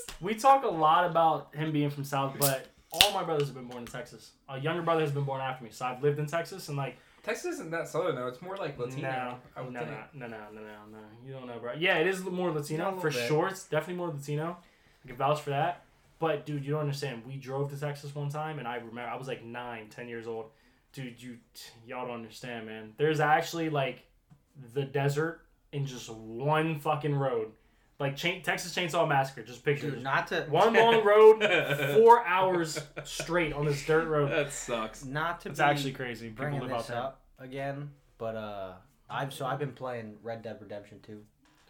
was We talk a lot about him being from South, but all my brothers have been born in Texas. A younger brother has been born after me, so I've lived in Texas and like. close. Texas isn't that southern though. It's more like Latino. No, I no, would no, think. no, no, no, no. You don't know, bro. Yeah, it is more Yeah, a Latino little for bit. sure. It's definitely more Latino. I can vouch for that. But dude, you don't understand. We drove to Texas one time, and I remember I was like nine, ten years old. Dude, you y'all don't understand, man. There's actually like the desert in just one fucking road, like chain, Texas Chainsaw Massacre. Just picture Dude, this. not to one long road, four hours straight on this dirt road. That sucks. Not to It's be actually crazy. People bringing live out this there. up again, but uh, I've so I've been playing Red Dead Redemption Two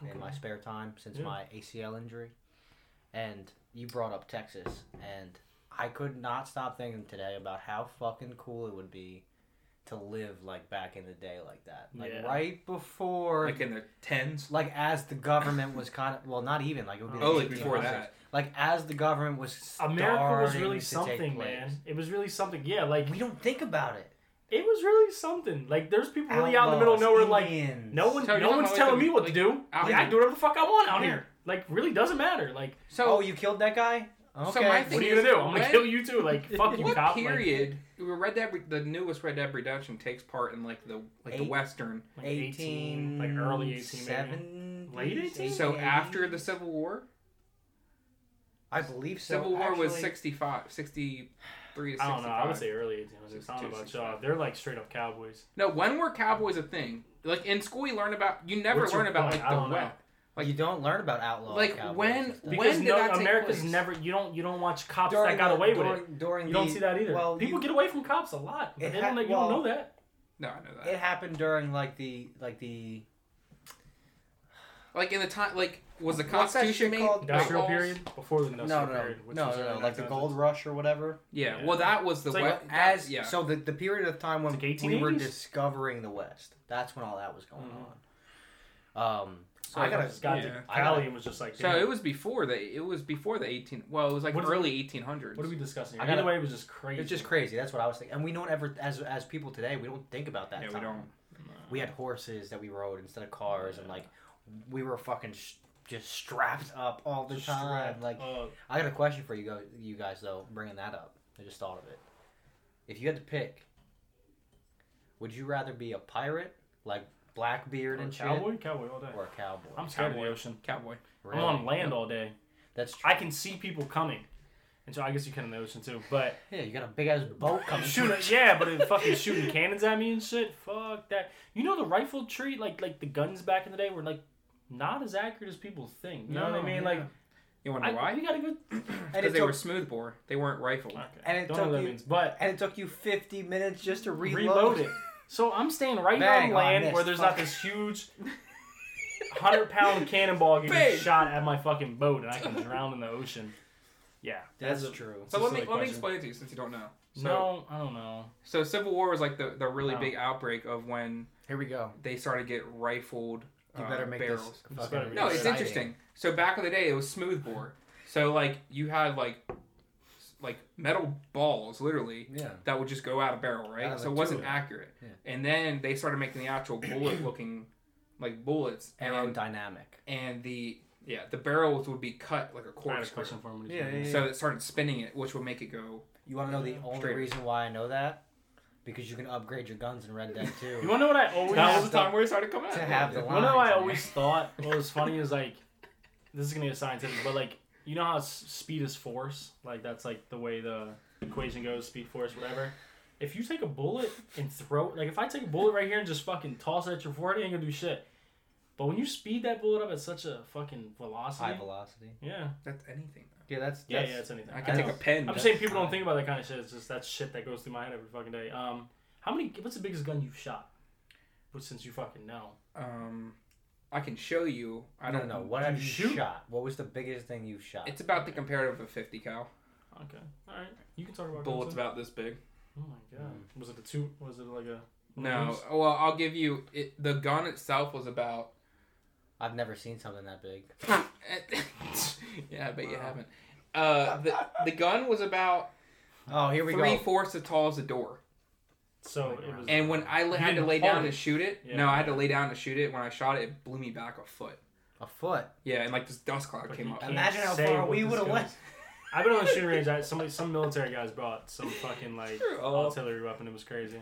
Okay. in my spare time since Yeah. my ACL injury, and you brought up Texas, and I could not stop thinking today about how fucking cool it would be to live like back in the day like that, like Yeah. right before. Like in the tens. like as the government was kind of well, not even like it would be Oh, like the before 1800s. that. Like as the government was America was starting really to take something, place. man. It was really something. Yeah, like We don't think about it. it was really something. Like there's people really out in the middle of nowhere. Outlaws, Like Indians. no one, So you're no talking one's about, telling like, me what like, to do. out Yeah, I here. do whatever the fuck I want out Yeah. here. Like really doesn't matter. Like So oh, you killed that guy. Okay. So my what thing- are Thing you gonna is, do? I'm gonna when- kill you too. Like fuck you, what cop. Like, period? Red Dead, Re- the newest Red Dead Redemption takes part in like the like the Eight. Western. Like, 18, like early 18, maybe. 70s, Late 18? So 80s. after the Civil War, I believe so. Civil War was actually. 65, 63 to I 65. don't know. I would say early 1800s. I don't 62, know about 65. y'all. They're like straight up cowboys. No, when were cowboys a thing? Like in school, you learn about you never What's your learn about point? like I the don't know. West. like- you don't learn about outlaw. like, cowboys when- and stuff. When Because did no, that take America's place? never. You don't. You don't watch cops During that got the- away with during, it. During You the, don't see that either. Well, people you- get away from cops a lot. But It they ha- don't. Like, you don't well- know that. No, I know that. It happened during like the like the Like in the time, like was the What's that Constitution shit made? called? Industrial outlaws? period before the no industrial no no period. no, which was no, early like the 1900s. gold rush or whatever. Yeah. Yeah. Well, that was the It's like West. As yeah. so the, the period of time when It's like we were 1880s? discovering the West. That's when all that was going Mhm. on. Um, So I I gotta- just got yeah. to I gotta- Cali and was just like, So damn, it was before the it was before the eighteen. Well, it was like What is early eighteen hundreds. what are we discussing? I Here? gotta- Either way, it was just crazy. it's just crazy. That's what I was thinking. And we don't ever as as people today we don't think about that. Yeah, we time. don't. we had horses that we rode instead of cars and like we were fucking sh- just strapped up all the time Strapped like up. i got a question for you guys you guys though bringing that up i just thought of it if you had to pick would you rather be a pirate like blackbeard Or and cowboy, cowboy all day. shit or a cowboy I'm scared Cowboy. of the ocean. Cowboy. Really? I'm on land all day. that's true I can see people coming, and so I guess you can in the ocean too. But yeah you got a big ass boat coming shooting, yeah, but it fucking shooting cannons at me and shit. Fuck that. You know the rifle tree, like like the guns back in the day were like not as accurate as people think. You know what I No, mean? yeah. Like You wonder I, why? you gotta go. and Because it they were took smooth bore. They weren't rifled. Okay. And it Don't took know what that you- means, but and it took you 50 minutes just to reload, reload it. So I'm staying right Bang, on oh, I land missed. where there's not Fuck. this huge hundred pound cannonball getting Bang. shot at my fucking boat and I can drown in the ocean. Yeah. That's a- true. It's So a let me let silly me question. explain it to you since you don't know. So, no, I don't know. So Civil War was like the, the really No. big outbreak of when Here we go. they started to get rifled You uh, better make barrels. this. It's fucking better be No, it's exciting. interesting. So back in the day, it was smoothbore. So like you had like s- like metal balls literally Yeah. that would just go out of barrel, right? Out of so a it wasn't tube. accurate. Yeah. And then they started making the actual bullet looking like bullets, and Aerodynamic. and the yeah the barrels would be cut like a I had a corkscrew. question for him. when he Yeah, was yeah, doing So it started spinning it, which would make it go. You want to know the only Straight. reason why I know that? Because you can upgrade your guns in Red Dead 2. it. You want to know what I That always? That have was the- the time where it started coming out. to have the Yeah. line. One know I always thought what was funny is like, this is gonna get scientific, but like, you know how s- speed is force? Like that's like the way the equation goes: speed, force, whatever. If you take a bullet and throw, like, if I take a bullet right here and just fucking toss it at your forehead, it ain't gonna do shit. But when you speed that bullet up at such a fucking velocity, high velocity. yeah, That's anything. Yeah, that's, yeah, that's yeah, it's anything. I I can take know. a pen. I'm just saying people don't think about that kind of shit. It's just that shit that goes through my head every fucking day. Um, how many? What's the biggest gun you've shot? But since you fucking know, Um, I can show you. I I don't don't know. know. What You have you shoot? shot? What was the biggest thing you've shot? It's about the comparative of 50 cal. okay, all right, you can talk about guns Bullets then. about this big. Oh my god. Was it the two? Was it like a Mm. No, well, I'll give you it, the gun itself was about. I've never seen something that big. yeah, I bet you Wow. haven't. Uh, the the gun was about Oh, here we three go. fourths as tall as the door. So it Oh was. And when I la- had to didn't lay hold down it. to shoot it, Yeah. no, I had to lay down to shoot it. When I shot it, it blew me back a foot. A foot. Yeah, and like this dust cloud But came you up. can't Imagine how say far what we this would've gun went. is. I've been on the shooting range. I, somebody, some military guys brought some fucking like Sure, I'll- artillery weapon. It was crazy.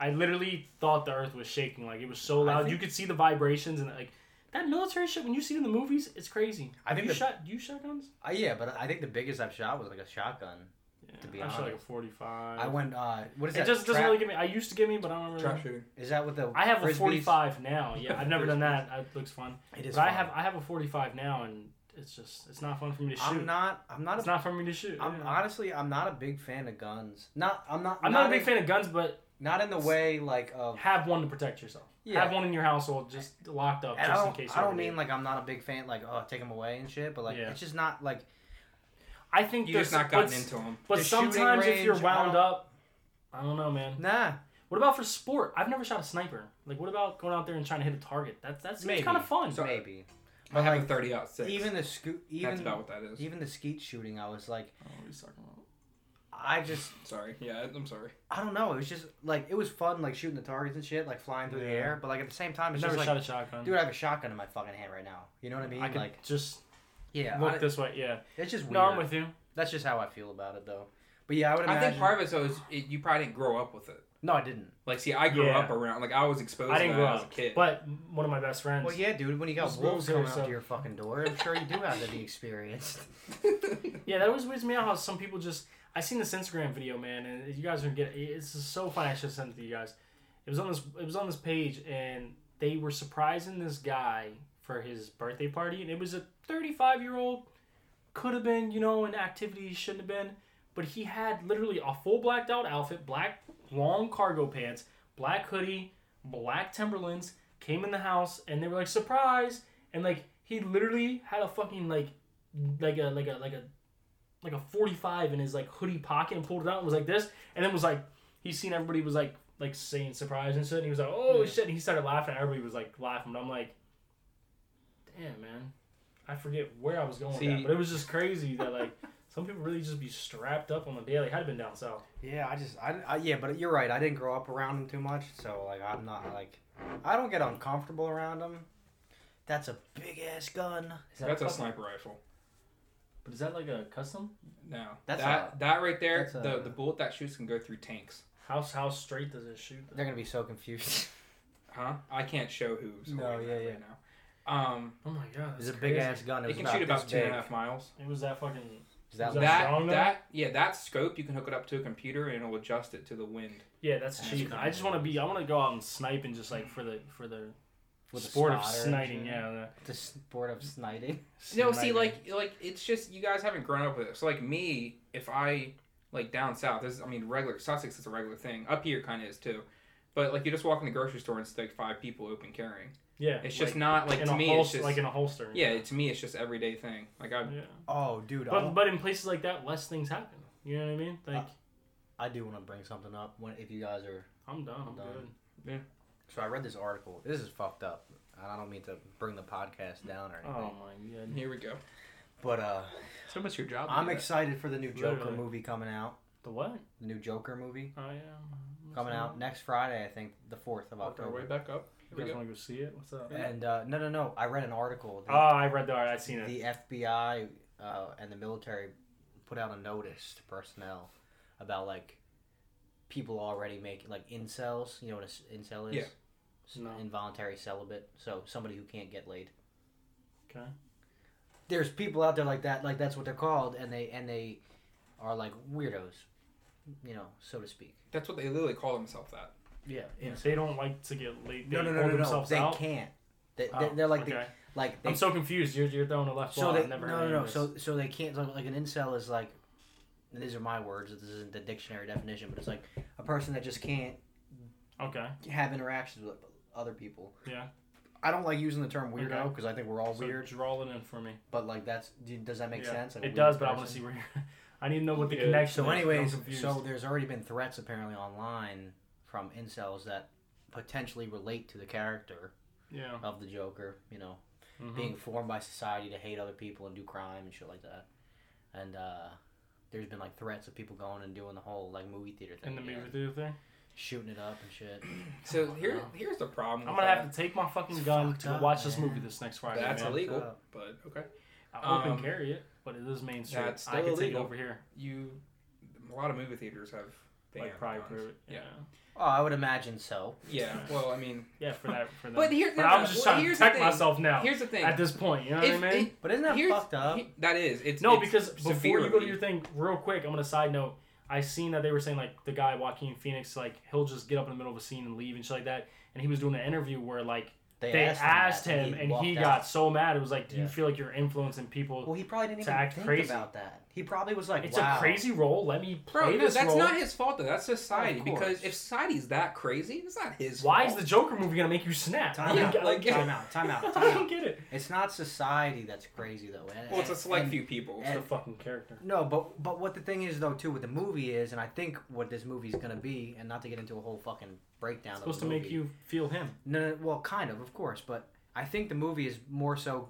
I literally thought the earth was shaking. Like it was so I loud, think- you could see the vibrations and like that military shit. When you see it in the movies, it's crazy. I think you the- shot. Do you shot guns? Uh, yeah, but I think the biggest I've shot was like a shotgun. Yeah, To be I shot like a honest. forty-five. I went. uh What is It that? just doesn't trap- really give me. I used to give me, but I don't Trap really. shooting. Is that with the? I have a Frisbees? forty-five now. Yeah, I've never done that. It looks fun. It is. But I fun. have I have a 45 now, and it's just it's not fun for me to shoot. I'm not. I'm not. it's A, not for me to shoot. I'm yeah. honestly. I'm not a big fan of guns. Not. I'm not. I'm not a big in, fan of guns, but Not in the way like of. have one to protect yourself. Yeah. Have one in your household, just locked up, And I just in don't, case. you I don't ever need mean it. like I'm not a big fan like oh take them away and shit, but like Yeah. it's just not like I think You there's just not gotten but, into them. But the shooting sometimes if you're range, I wound don't- up, I don't know, man. nah. What about for sport? I've never shot a sniper. Like, what about going out there and trying to hit a target? That that seems Maybe. kind of fun. So- maybe. I But have like a 30 out six. even the scoot That's even about what that is. Oh, even the skeet shooting, I was like I don't know what he's talking about. I just Sorry. Yeah, I'm sorry. I don't know. It was just like it was fun like shooting the targets and shit, like flying through Yeah. the air. But like at the same time, I've it's never just shot like a shotgun. dude, I have a shotgun in my fucking hand right now. You know what I mean? I could like just yeah, look I- this way. Yeah. it's just weird. No, I'm with you. That's just how I feel about it though. But yeah, I would I imagine. think part of it though is it, you probably didn't grow up with it. no, I didn't. Like, see, I grew Yeah. up around. Like, I was exposed. I didn't to grow that as a up, kid. but one of my best friends. Well, yeah, dude. When you got Just wolves wolves coming here, up so- to your fucking door, I'm sure you do have to be experienced. Yeah, that always weirds me out how some people just. I seen this Instagram video, man, and you guys are gonna get. It's just so funny. I should send it to you guys. It was on this. It was on this page, and they were surprising this guy for his birthday party, and it was a 35 year old. Could have been, you know, an activity he shouldn't have been, but he had literally a full blacked out outfit, black long cargo pants, black hoodie, black Timberlands. Came in the house, and they were like, "Surprise!" And like he literally had a fucking like, like a like a like a like a 45 in his like hoodie pocket and pulled it out and was like this and then was like he seen everybody was like like saying surprise and shit and he was like oh shit and he started laughing and everybody was like laughing but i'm like damn man i forget where i was going with See- that but it was just crazy that like some people really just be strapped up on the daily had been down south Yeah, I just, I, I, yeah, but you're right. I didn't grow up around them too much, so like, I'm not like, I don't get uncomfortable around them. That's a big ass gun. Is that that's a fucking- sniper rifle. but is that like a custom No, That's that that right there. that's The a- the bullet that shoots can go through tanks. how, how straight does it shoot They're gonna be so confused. Huh? I can't show who's. No, holding that yeah, right now. Um, oh my god It's a that's big crazy. ass gun. It, it was can shoot this about two and a big. half miles. it was that fucking Is that, Is long? That long enough? that yeah that scope you can hook it up to a computer and it'll adjust it to the wind. yeah that's That's cheap i just want to be i want to go out and snipe and just like for the for the With a sport of spotter and sniping shit. yeah the, the sport of sniping? No, see, like, like it's just you guys haven't grown up with it. So, like me, if I like down south, this is, I mean, regular Sussex is a regular thing. Up here, kind of is too. But like you just walk in the grocery store and it's like five people open carrying. Yeah. It's just not like in to a me. hol- it's just like in a holster. yeah. To me, it's just everyday thing. Like I Yeah. Oh, dude, I, But but in places like that, less things happen. You know what I mean? Uh, Like I do want to bring something up when if you guys are. I'm done. I'm Done. good. So I read this article. This is fucked up, and I don't mean to bring the podcast down or anything. Oh my god. here we go. But uh, So much your job. I'm to do excited for the new Joker Literally. movie coming out. The what? The new Joker movie Oh yeah. coming out next Friday, I think, the fourth of that. Work our way October. back up. Here You we guys go. want to go see it? What's up? And uh, no, no, no. I read an article. Oh, I read the. I seen it. the FBI uh, and the military put out a notice to personnel about like people already making like incels. You know what an incel is? Yeah. S- No. Involuntary celibate. So somebody who can't get laid. Okay. There's people out there like that. Like that's what they're called, and they and they are like weirdos, you know, so to speak. That's what they literally call themselves. That. Yeah. If They don't like to get laid. They No, no, no, hold no, no. themselves They out. can't. They, Oh, they, they're like okay. the, like they I'm so confused. You're, you're throwing a left So ball. they, I've never heard no, of no, no. this. So, so they can't. So like an incel is like, these are my words. This isn't the dictionary definition, but it's like a person that just can't okay. have interactions with other people. Yeah. I don't like using the term weirdo Okay. because I think we're all So weird. draw it in for me. But like that's do- does that make Yeah. sense? Like a it weird does, but I want to person? see where. You're, I need to know what the Yeah. connection. So, is. I'm anyways, confused. so there's already been threats apparently online from incels that potentially relate to the character yeah. of the Joker. You know, Mhm. Mm-hmm. being formed by society to hate other people and do crime and shit like that. And uh, there's been like threats of people going and doing the whole like movie theater thing, in the movie again. theater thing. shooting it up and shit. So Come on here, now. here's the problem. I'm with gonna that. have to take my fucking It's gun fucked to go up, watch this man. movie this next Friday. That's man. illegal, Uh, but okay. I open Um, carry it, but it is Main Street. that's I can still take it illegal. over here. You, a lot of movie theaters have banned Like probably guns. prove it. Yeah. Yeah. Oh, I would imagine so. Yeah. Well, I mean, Yeah, for that. For that. But here- but I was just well, trying to here's the protect thing. myself now. here's the thing. At this point, you know If what I mean? it- But isn't that here's- fucked up? he- that is. It's No, it's because before you go to severely- your thing, real quick, I'm gonna side note. I seen that they were saying like the guy Joaquin Phoenix, like he'll just get up in the middle of a scene and leave and shit like that. And he was doing an interview where like they, asked, that, him, and he, walked out. got so mad. It was like, do you Yeah. feel like you're influencing people? Well, he probably didn't to even act think crazy. about that. He probably was like, it's wow. a crazy role. Let me play Bro, no, this that's role. not his fault though. That's society. Oh, Of course. because if society's that crazy, it's not his. Why is fault. the Joker movie gonna make you snap? Time Yeah, out. like- time out. Time out. I Time don't out. get it. It's not society that's crazy though. And- Well, it's a and- select and- few people. It's and- a fucking character. No, but but what the thing is though too with the movie is, and I think what this movie's gonna be, and not to get into a whole fucking breakdown. It's of supposed the to make movie. you feel him. No, no, well, kind of, of course, but I think the movie is more so.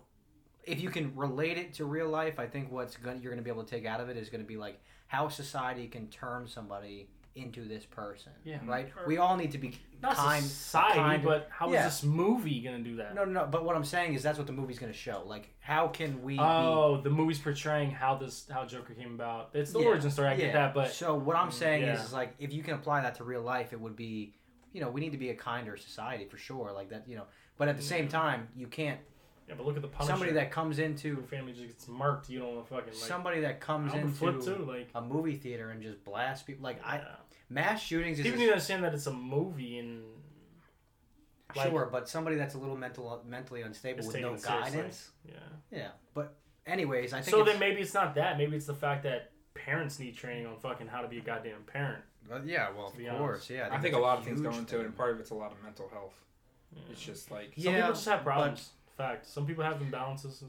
If you can relate it to real life, I think what's gonna, you're going to be able to take out of it is going to be like how society can turn somebody into this person. Yeah. Right. Or- We all need to be Not kind. society, kind- but how is yeah. this movie gonna do that? No, no, no. But what I'm saying is that's what the movie's going to show. Like, how can we? be, Oh, the movie's portraying how this how Joker came about. It's the Yeah, origin story. I yeah. get that, but Mm, so what I'm saying yeah. is, is like if you can apply that to real life, it would be, you know, we need to be a kinder society for sure. Like that, you know. But at the same time, you can't. yeah, but look at the Punisher. Somebody that comes into your family just gets marked. You don't want to fucking like. somebody that I comes would into flip too. Like a movie theater and just blast people. Like I, yeah. mass shootings is people need to understand that it's a movie and like- sure, but somebody that's a little mental, mentally unstable It's with taken no seriously. guidance. yeah. Yeah, but anyways, I think So it's- then maybe it's not that. Maybe it's the fact that parents need training on fucking how to be a goddamn parent. But yeah, well, To be of course, yeah. I think it's a lot of things go huge into it, and thing. part of it's a lot of mental health. Hmm. It's just like Some Yeah, people just have problems. Fact. Some people have imbalances. uh,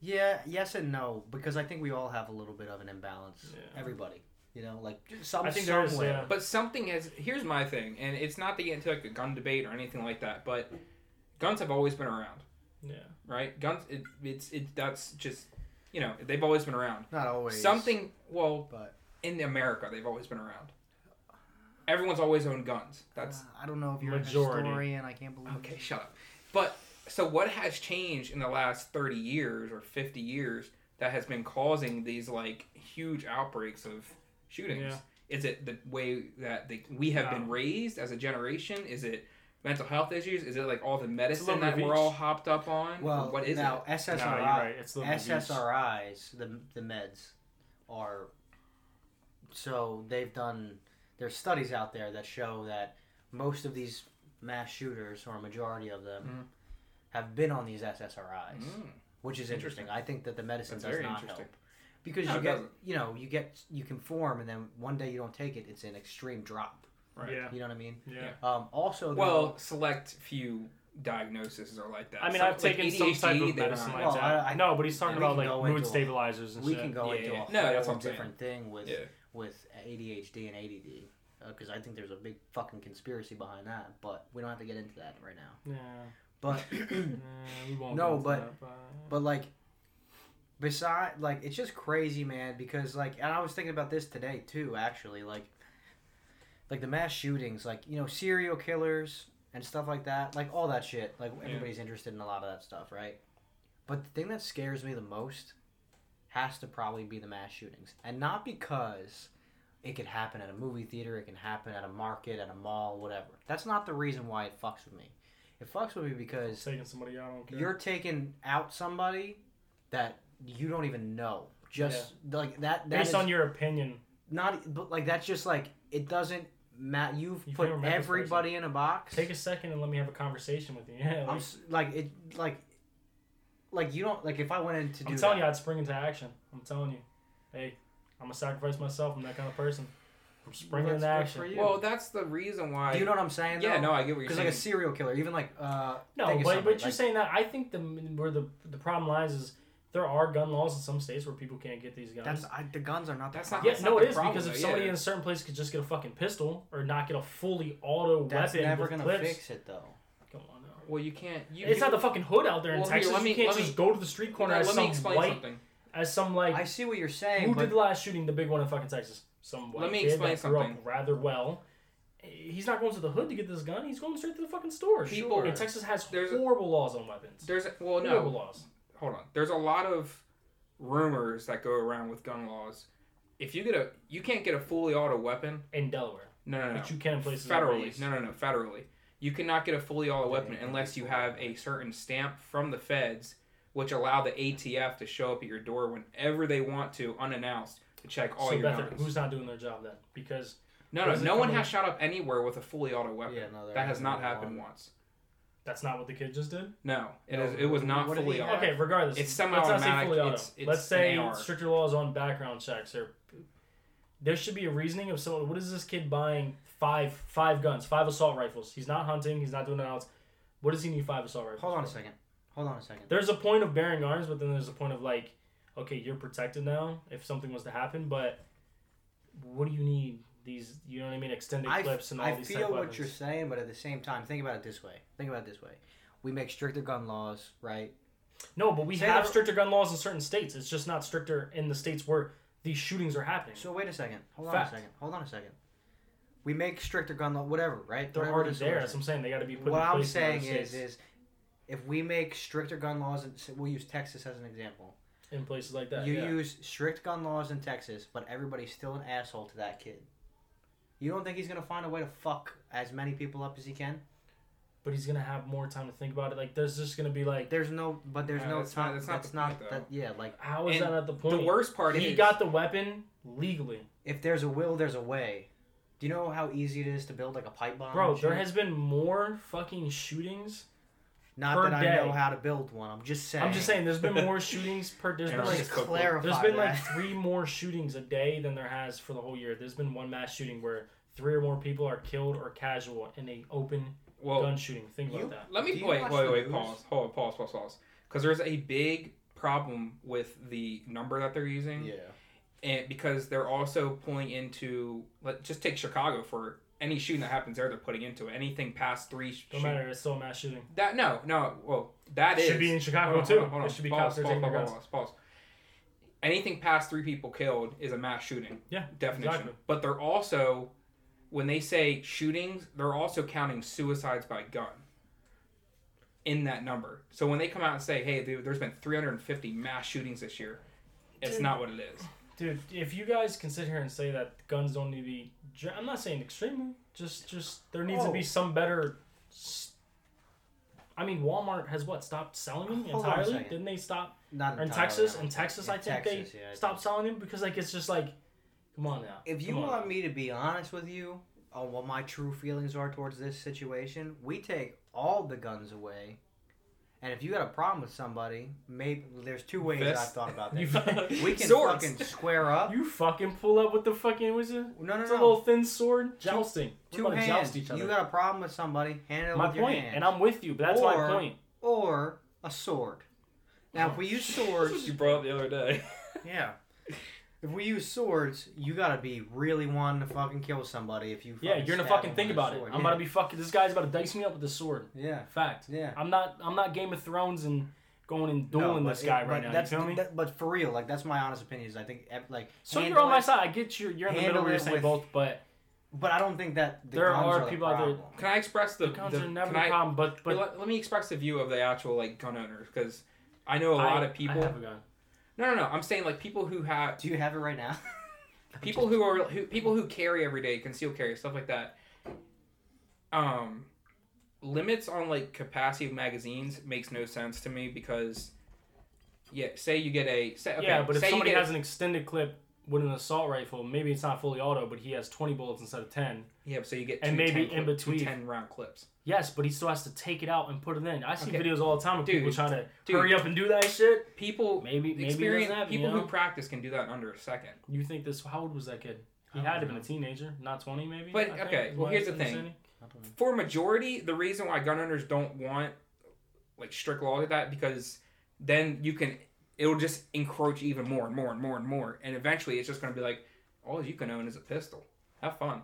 Yeah, yes and no, because I think we all have a little bit of an imbalance. Yeah. Everybody, you know, like some I think there somewhere. is, yeah. But something has. Here's my thing, and it's not to get into like a gun debate or anything like that. But guns have always been around, Yeah. right? Guns. It, it's it. That's just you know they've always been around. Not always Something. Well, but in America, they've always been around. Everyone's always owned guns. That's uh, I don't know if you're a Majority. historian. I can't believe. okay. Shut up. But so what has changed in the last thirty years or fifty years that has been causing these like huge outbreaks of shootings? Yeah. Is it the way that the, we have been No. raised as a generation? Is it mental health issues? Is it like all the little medicine bit that of we're each. all hopped up on? Well, what is now it? SSRI, No, you're right. It's the SSRIs, the the meds, are so they've done. There's studies out there that show that most of these mass shooters, or a majority of them, Mhm. have been on these SSRIs, Mm, which is interesting. Interesting. I think that the medicine that's does very not interesting. help because No, you it get doesn't. you know you get you conform, and then one day you don't take it, it's an extreme drop. Right. Yeah. You know what I mean? Yeah. Um, also, though- Well, select few diagnoses are like that. I mean, Some- I've taken like some type ADHD, of they're medicine not. like Well, that. I- I- no, but he's talking we about can go like mood into a- stabilizers and we shit. can go Yeah, into a yeah. whole No, that's what I'm saying. different thing with Yeah. with ADHD and ADD because uh, I think there's a big fucking conspiracy behind that, but we don't have to get into that right now. yeah. But Yeah, we won't No, go into but- that, but But like, beside like, it's just crazy, man. Because like, and I was thinking about this today too, actually. Like, like the mass shootings, like you know, serial killers and stuff like that, like all that shit. Like everybody's interested in a lot of that stuff, right? But the thing that scares me the most has to probably be the mass shootings, and not because it could happen at a movie theater, it can happen at a market, at a mall, whatever. That's not the reason why it fucks with me. It fucks with me because taking somebody out, I don't care. you're taking out somebody that you don't even know. Just like that. That's Based on your opinion, not, but like that's just like it doesn't matter. You've You put can't remember this everybody in a box. take a second and let me have a conversation with you. Yeah, like, I'm s- like it, like, like you don't like if I went in to do. I'm telling that, you, I'd spring into action. I'm telling you, hey, I'm gonna sacrifice myself. I'm that kind of person. I'm springing That's into good action. for you. Well, that's the reason why. Do you know what I'm saying? yeah, though? no, I get what you're Because saying. like a serial killer, even like uh. No, think of but, somebody, but you're like- saying that I think the where the the problem lies is there are gun laws in some states where people can't get these guns. That's I, the guns are not. That's that not- yeah, that's no, the it is problem, because if though, somebody yeah. in a certain place could just get a fucking pistol or not get a fully auto That's weapon, never with gonna clips. fix it though. Come on, now. well, you can't. You, it's you, not the fucking hood out there in Well, here, Texas. let me- you can't let me- just go to the street corner No, as let some me explain white, something. as some like I see what you're saying, Who but did the last shooting? The big one in fucking Texas. Some white Let me kid explain that grew something. up rather well. He's not going to the hood to get this gun. He's going straight to the fucking store. People- and Texas has There's a- horrible laws on weapons. There's well, no, Horrible laws. hold on. There's a lot of rumors that go around with gun laws. If you get a, you can't get a fully auto weapon. in Delaware, No, no, no. but you can in places like federally. these. No, no, no. Federally, you cannot get a fully auto weapon unless you have a certain stamp from the feds, which allow the ATF to show up at your door whenever they want to, unannounced, to check all so your Bethard, guns. who's not doing their job then? Because No, no, who's it no one coming- has shot up anywhere with a fully auto weapon. Yeah, no, there that has hasn't not been happened one. once. that's not what the kid just did. No, it No, is. It was not what did fully he- auto. Okay, regardless, It's Let's not say semi-automatic, fully auto. it's- it's Let's say an AR. stricter laws on background checks. Or there should be a reasoning of someone. What is this kid buying? Five five guns, five assault rifles. He's not hunting. He's not doing anything else. What does he need five assault rifles? Hold on a for? second. Hold on a second. There's a point of bearing arms, but then there's a point of like, okay, you're protected now if something was to happen. But what do you need these? You know what I mean? Extended I, clips and all I these feel type what weapons. you're saying, but at the same time, think about it this way. Think about it this way. We make stricter gun laws, right? No, but we Say have that- stricter gun laws in certain states. It's just not stricter in the states where these shootings are happening. So wait a second. Hold Fact. on a second. Hold on a second. We make stricter gun law, whatever, right? They're Whatever already the there. That's solution. what I'm saying. They got to be put. What in I'm place in other saying is, states. is if we make stricter gun laws, and say- we'll use Texas as an example. in places like that. you yeah. use strict gun laws in Texas, but everybody's still an asshole to that kid. You don't think he's gonna find a way to fuck as many people up as he can? but he's gonna have more time to think about it. Like, there's just gonna be like, There's no, but there's No, no that's not- time. that's That's not not. the point, that, yeah, like. how is And that not the point? The worst part he is got the weapon legally, if there's a will, there's a way. Do you know how easy it is to build like a pipe bomb? bro. and There shit? has been more fucking shootings. not per that day. I know how to build one. I'm just saying. I'm just saying, there's been more shootings per. There's Yeah, been it's like Just cook one. clarify There's been like that. three more shootings a day than there has for the whole year. There's been one mass shooting where three or more people are killed or casual in a open well. gun shooting. Think about you- that. Let Do me you wait, watch wait, the wait, news? pause, hold, pause, pause, pause, because there's a big problem with the number that they're using, and because they're also pulling into, let just take Chicago for any shooting that happens there, they're putting into it. anything past three. Sh- No matter, it's still a mass shooting. That no, no, well, that It is should be in Chicago hold on, too. hold on, hold on. It should be Pause, cops. They're pause, taking their pause, guns. pause, pause. Anything past three people killed is a mass shooting Yeah, definition. exactly. But they're also, when they say shootings, they're also counting suicides by gun in that number. So when they come out and say, "Hey, dude, there's been 350 mass shootings this year," it's Dude. not what it is. Dude, if you guys can sit here and say that guns don't need to be, dr- I'm not saying extremely. Just, just there needs to be Oh. some better. s- I mean, Walmart has what stopped selling them Hold on a entirely? second. Didn't they stop Not or in entirely, Texas? no. In Texas, In I think Texas, they yeah, I stopped selling them because like it's just like, come on now. If you come on. want me to be honest with you on what my true feelings are towards this situation, we take all the guns away, And if you got a problem with somebody, maybe there's two ways Fist? I've thought about You this. fu- we can Swords. fucking square up. You fucking pull up with the fucking what's it? No, no, It's a no. little thin sword jousting. We're two about to hands. joust each other. You got a problem with somebody, handle it my with your point, hand. and I'm with you, but that's Or- my point. or a sword. Now, if we use That's Oh, what swords, you brought up the other day. yeah. If we use swords, you gotta be really wanting to fucking kill somebody. If you fucking Yeah, you're gonna stab fucking them think with a about it. sword. yeah. I'm about to be fucking. This guy's about to dice me up with a sword. yeah, Fact. yeah. I'm not. I'm not Game of Thrones and going and No, dueling but this it- guy but right now. That's, you feel me? that- but for real, like that's my honest opinion. Is I think ev- like so you're handle on my it, side. I get you. You're in the middle handle where you're it saying with- both, but But I don't think that the There guns are the people out there- problem. Can I express the, the guns the- are never can I- a problem. But but let, let me express the view of the actual like gun owners because I know a lot I- of people. I have a gun. No, no, no. I'm saying like people who have Do you have it right now? people who are who, people who carry every day, conceal carry, stuff like that. Um, limits on like capacity of magazines makes no sense to me because, yeah, say you get a say, okay, yeah, but if say you somebody get- has an extended clip with an assault rifle, maybe it's not fully auto, but he has 20 bullets instead of 10. yeah, so you get two and maybe 10 in clip- two between. 10 round clips. Yes, but he still has to take it out and put it in. I see Okay. videos all the time of people Dude, trying to dude. hurry up and do that shit. People Maybe maybe experience it doesn't happen, people you, know? who practice can do that in under a second. You think this? How old was that kid? He I had don't to have been a know. teenager, not 20 maybe. But, I think, okay, is well, my here's the thing. understanding. for majority, the reason why gun owners don't want like strict laws like that because then you can it'll just encroach even more and more and more and more, and eventually it's just going to be like all you can own is a pistol. Have fun.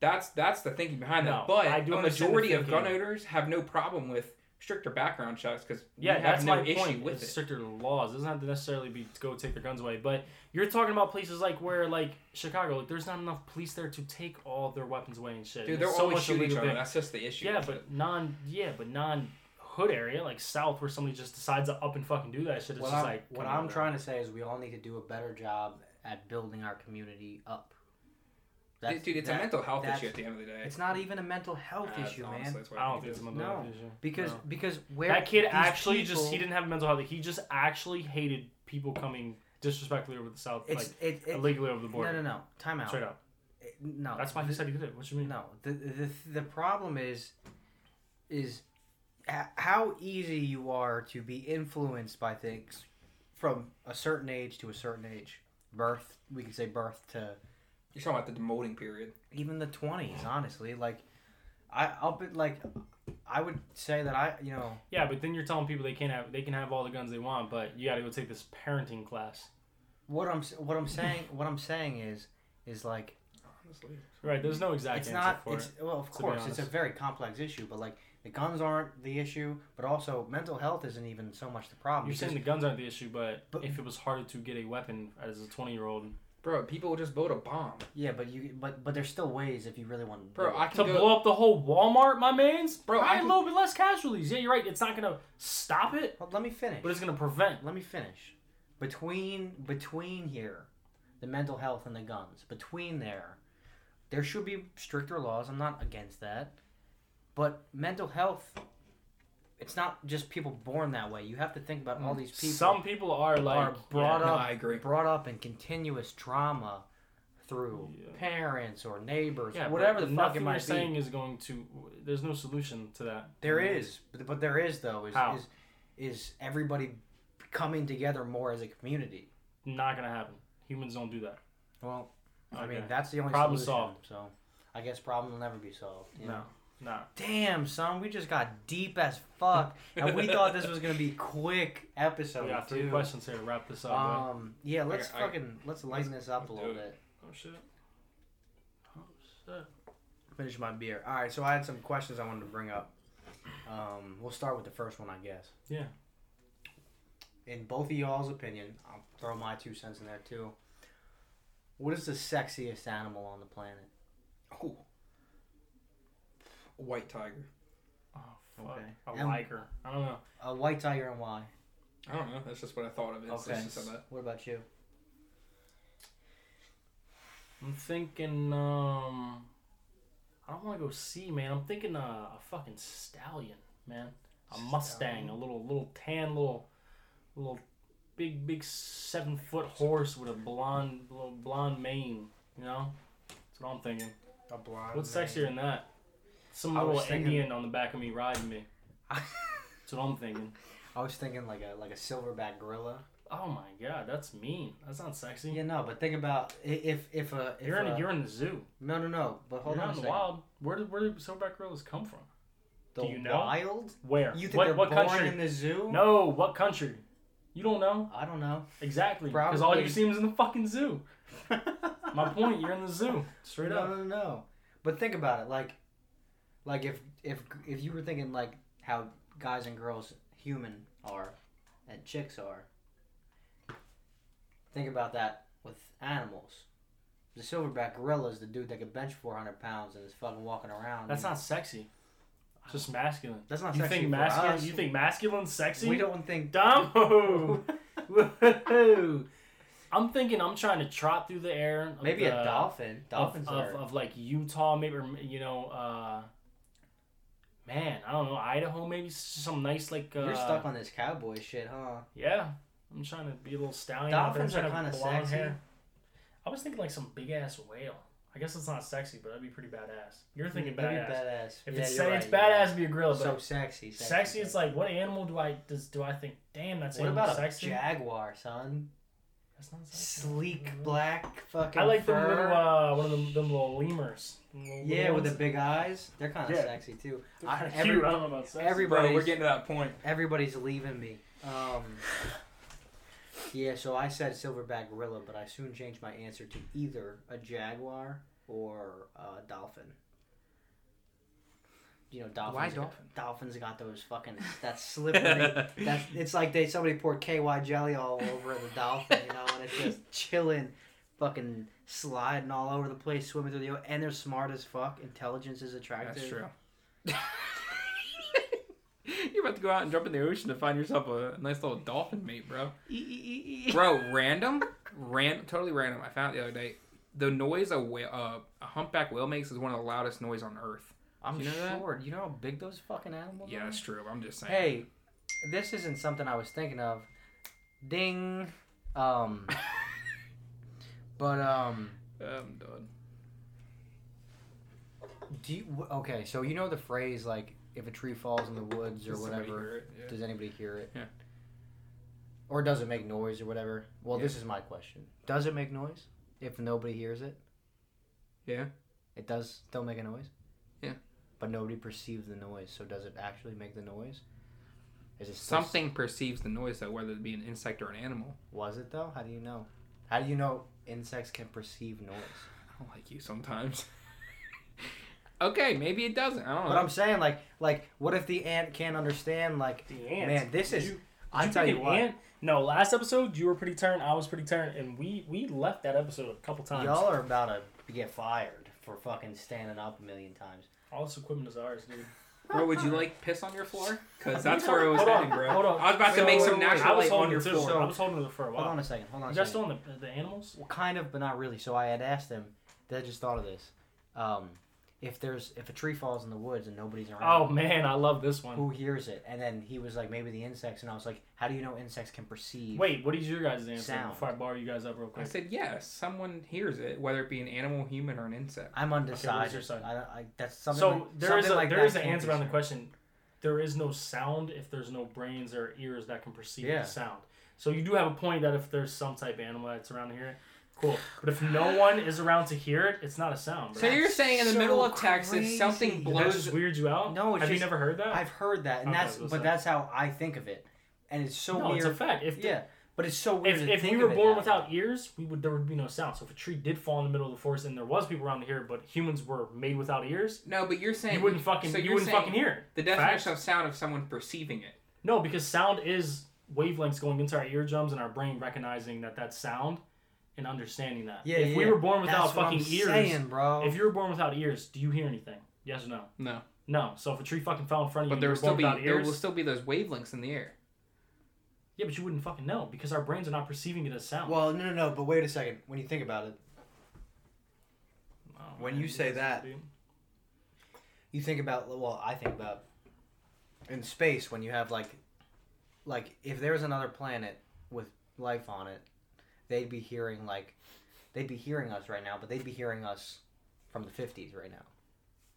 That's that's the thinking behind No, that. But I do a understand the majority of gun thinking. owners have no problem with stricter background checks because Yeah, we have that's no my issue point. with With it. stricter laws it doesn't have to necessarily be to go take their guns away. But you're talking about places like where, like Chicago, like there's not enough police there to take all their weapons away and shit. Dude, And they're it's always shooting each illegal other. thing. That's just the issue. Yeah, with it. but non, yeah, but non hood area like South where somebody just decides to up and fucking do that shit. It's What just I'm, like what come on, I'm bro. trying to say is we all need to do a better job at building our community up. That's- dude, it's that- a mental health that's- issue at the end of the day. It's not even a mental health Uh, issue, honestly, man. that's what I don't it think is. it's a mental No, health issue. because No. because where that kid these actually just people- he didn't have mental health. He just actually hated people coming disrespectfully over the South, it's like it, it illegally over the no border. no no time out Straight up. It- no That's why he said he did it. What you mean? no the the the problem is is h- how easy you are to be influenced by things from a certain age to a certain age birth we could say birth to You're talking about the demoting period. even the 20s honestly like i i'll be like i would say that i you know Yeah, but then you're telling people they can't have they can have all the guns they want, but you got to go take this parenting class. what i'm s- what i'm saying what i'm saying is is like Honestly. Right? There's no exact it's answer not for it's it. well of to be course it's a honest. very complex issue but like the guns aren't the issue but also mental health isn't even so much the problem You're saying because- the guns aren't the issue, but, But- if it was harder to get a weapon as a 20 year old, Bro, people just build a bomb. yeah but you but but there's still ways if you really want to Bro, I to can go. blow up the whole Walmart, my man's, Bro, bro, I I a can- little bit less casualties. Yeah, you're right. It's not gonna stop it, Well, let me finish but it's gonna prevent. let me finish between between here the mental health and the guns between there there should be stricter laws i'm not against that but mental health it's not just people born that way you have to think about all these people Mm, Some people are like are brought no, up I agree. brought up in continuous trauma through Yeah. parents or neighbors Yeah, whatever the but fuck it nothing might you're be saying is going to. There's no solution to that. there is but, but there is though is, How? is is everybody coming together more as a community Not gonna happen. Humans don't do that. well i mean Okay. that's the only Problem solution, so i guess problem will never be solved you know? No, no. damn son we just got deep as fuck and we thought this was gonna be quick episode we got three dude. questions here. to Wrap this up. bro. um yeah let's I- I- fucking let's lighten this up a let's little do bit Oh shit. Oh shit. finish my beer. All right, so I had some questions I wanted to bring up. Um, we'll start with the first one, I guess. Yeah. In both of y'all's opinion, I'll throw my two cents in there too. What is the sexiest animal on the planet? Oh. White tiger. Oh fuck. Okay. A Um, liker. I don't know. A white tiger and why? I don't know. That's just what I thought of it. Okay. Okay. Just said that. What about you? I'm thinking. Um. I don't want to go sea, man. I'm thinking uh, a fucking stallion, man. A Mustang, a little little tan little little big big seven foot horse with a blonde little blonde mane. You know, that's what I'm thinking. A blonde. What's sexier than that? Some I little was thinking- Indian on the back of me riding me. That's what I'm thinking. I was thinking like a like a silverback gorilla. Oh my god, that's mean. That's not sexy. Yeah, no, but think about i- if if a if you're in a, a, you're in the zoo. no no no. But hold you're on not a in the second. wild. Where did where did silverback gorillas come from? The Do you know? wild? Where? You think what they're what born country? in the zoo? No, what country? You don't know I don't know. exactly because all you Probably. see them is in the fucking zoo. My point, you're in the zoo, straight no, up. no, no. But think about it, like, like if if if you were thinking like how guys and girls human are, and chicks are. Think about that with animals. The silverback gorilla is the dude that could bench four hundred pounds and is fucking walking around. That's not sexy. It's just masculine. That's not You sexy think for masculine? us. You think masculine's sexy? we don't think. Damo. Whoa. I'm thinking I'm trying to trot through the air. uh, of Maybe the- a dolphin. of- Dolphins of, are. of like Utah, maybe or, you know, uh, man, I don't know, Idaho, maybe some nice like. Uh, You're stuck on this cowboy shit, huh? Yeah, I'm trying to be a little stallion. Dolphins out there, are I'm trying kind of to blonde sexy. hair. I was thinking like some big ass whale. I guess it's not sexy, but that'd be pretty badass. You're thinking Maybe badass. badass. If Yeah, it's you're say right, it's you're badass, right. to be a gorilla. So But sexy, sexy, it's like what animal do I does do I think? Damn, that's What animal about sexy. a jaguar, son? That's not sexy. Sleek Mhm. black fucking. I like the fur. little uh, one of them, them little lemurs. Them little yeah, little with the ones. big eyes. They're kind of Yeah. sexy too. They're I- kinda every- cute. I don't know about sexy. Bro, we're Everybody's getting to that point. everybody's leaving me. Um. Yeah, so I said silverback gorilla, but I soon changed my answer to either a jaguar or a dolphin. You know, dolphins. Why got- dolphin? Dolphins got those fucking that slippery. That's it's like they somebody poured KY jelly all over the dolphin, you know, and it's just chilling, fucking sliding all over the place, swimming through the ocean. And they're smart as fuck. Intelligence is attractive. That's true. You're about to go out and jump in the ocean to find yourself a nice little dolphin mate, bro. Bro, random, ran, totally random. I found it the other day. The noise a whale, uh, a humpback whale makes is one of the loudest noise on earth. I'm You know that? sure. You know how big those fucking animals Yeah, are? that's true. I'm just saying. Hey, this isn't something I was thinking of. Ding. Um. but um. I'm done. Do you, wh- okay, so you know the phrase like if a tree falls in the woods or Does somebody whatever. hear it? Yeah. Does anybody hear it? Yeah. Or does it make noise or whatever? Well, this is my question. Does it make noise if nobody hears it? Yeah. It does still make a noise? Yeah. But nobody perceives the noise, so does it actually make the noise? Is it still- Something perceives the noise though, whether it be an insect or an animal. Was it though? How do you know? How do you know insects can perceive noise? I don't like you sometimes. okay, maybe it doesn't. I don't But know. I'm saying like like what if the ant can't understand like The ants. Man, this is- You, did I you tell pick you an what. ant? No, last episode you were pretty turned. I was pretty turned, and we we left that episode a couple times. y'all are about to get fired for fucking standing up a million times. All this equipment is ours, dude. Bro, would you like piss on your floor? Because that's Hold where it was on, heading, bro. hold on. I was about to Wait, make wait, some wait, wait. natural I was light on holding your it too. floor. I was holding it for a while. Hold on a second. Hold on. You a guys second. still on the, the animals? Well, kind of, but not really. So I had asked them. They just thought of this. Um, if there's if a tree falls in the woods and nobody's Oh around, man, I love this one. who hears it? And then he was like, maybe the insects. And I was like, how do you know insects can perceive? Wait, what is your guys' answer Sound. before I bar you guys up real I quick? said yes. Someone hears it, whether it be an animal, human, or an insect. I'm Okay, what was undecided. your side? I, don't- I, that's something. So like, there is something a, like there that is an can't answer on the be- question. There is no sound if there's no brains or ears that can perceive Yeah. the sound. So you do have a point that if there's some type of animal that's around to hear it, cool. But if no one is around to hear it, it's not a sound. So bro. you're saying in the so middle of Texas, something crazy. That blows. just weirds you out. No, it's have you just- never heard that? I've heard that, and Okay, that's what's but that? that's how I think of it, and it's so no, weird. it's a fact. If the- yeah, but it's so weird. if, to if we think were of it born that way. without ears, we would there would be no sound. So if a tree did fall in the middle of the forest and there was people around to hear it, but humans were made without ears, No, but you're saying you wouldn't fucking so you you're wouldn't saying fucking hear it. The definition of sound of someone perceiving it. No, because sound is wavelengths going into our eardrums and our brain recognizing that that's sound and understanding that. Yeah, if we yeah. were born without That's what fucking I'm ears, saying, bro. if you were born without ears, do you hear anything? Yes or no? No, No. So if a tree fucking fell in front of you, but and there will you were still born be without there ears. will still be those wavelengths in the air. Yeah, but you wouldn't fucking know because our brains are not perceiving it as sound. well, no, no, no. But wait a second. When you think about it, Oh, when man, you this say is- that- you think about well i think about in space when you have like like if there was another planet with life on it they'd be hearing like they'd be hearing us right now but they'd be hearing us from the 50s right now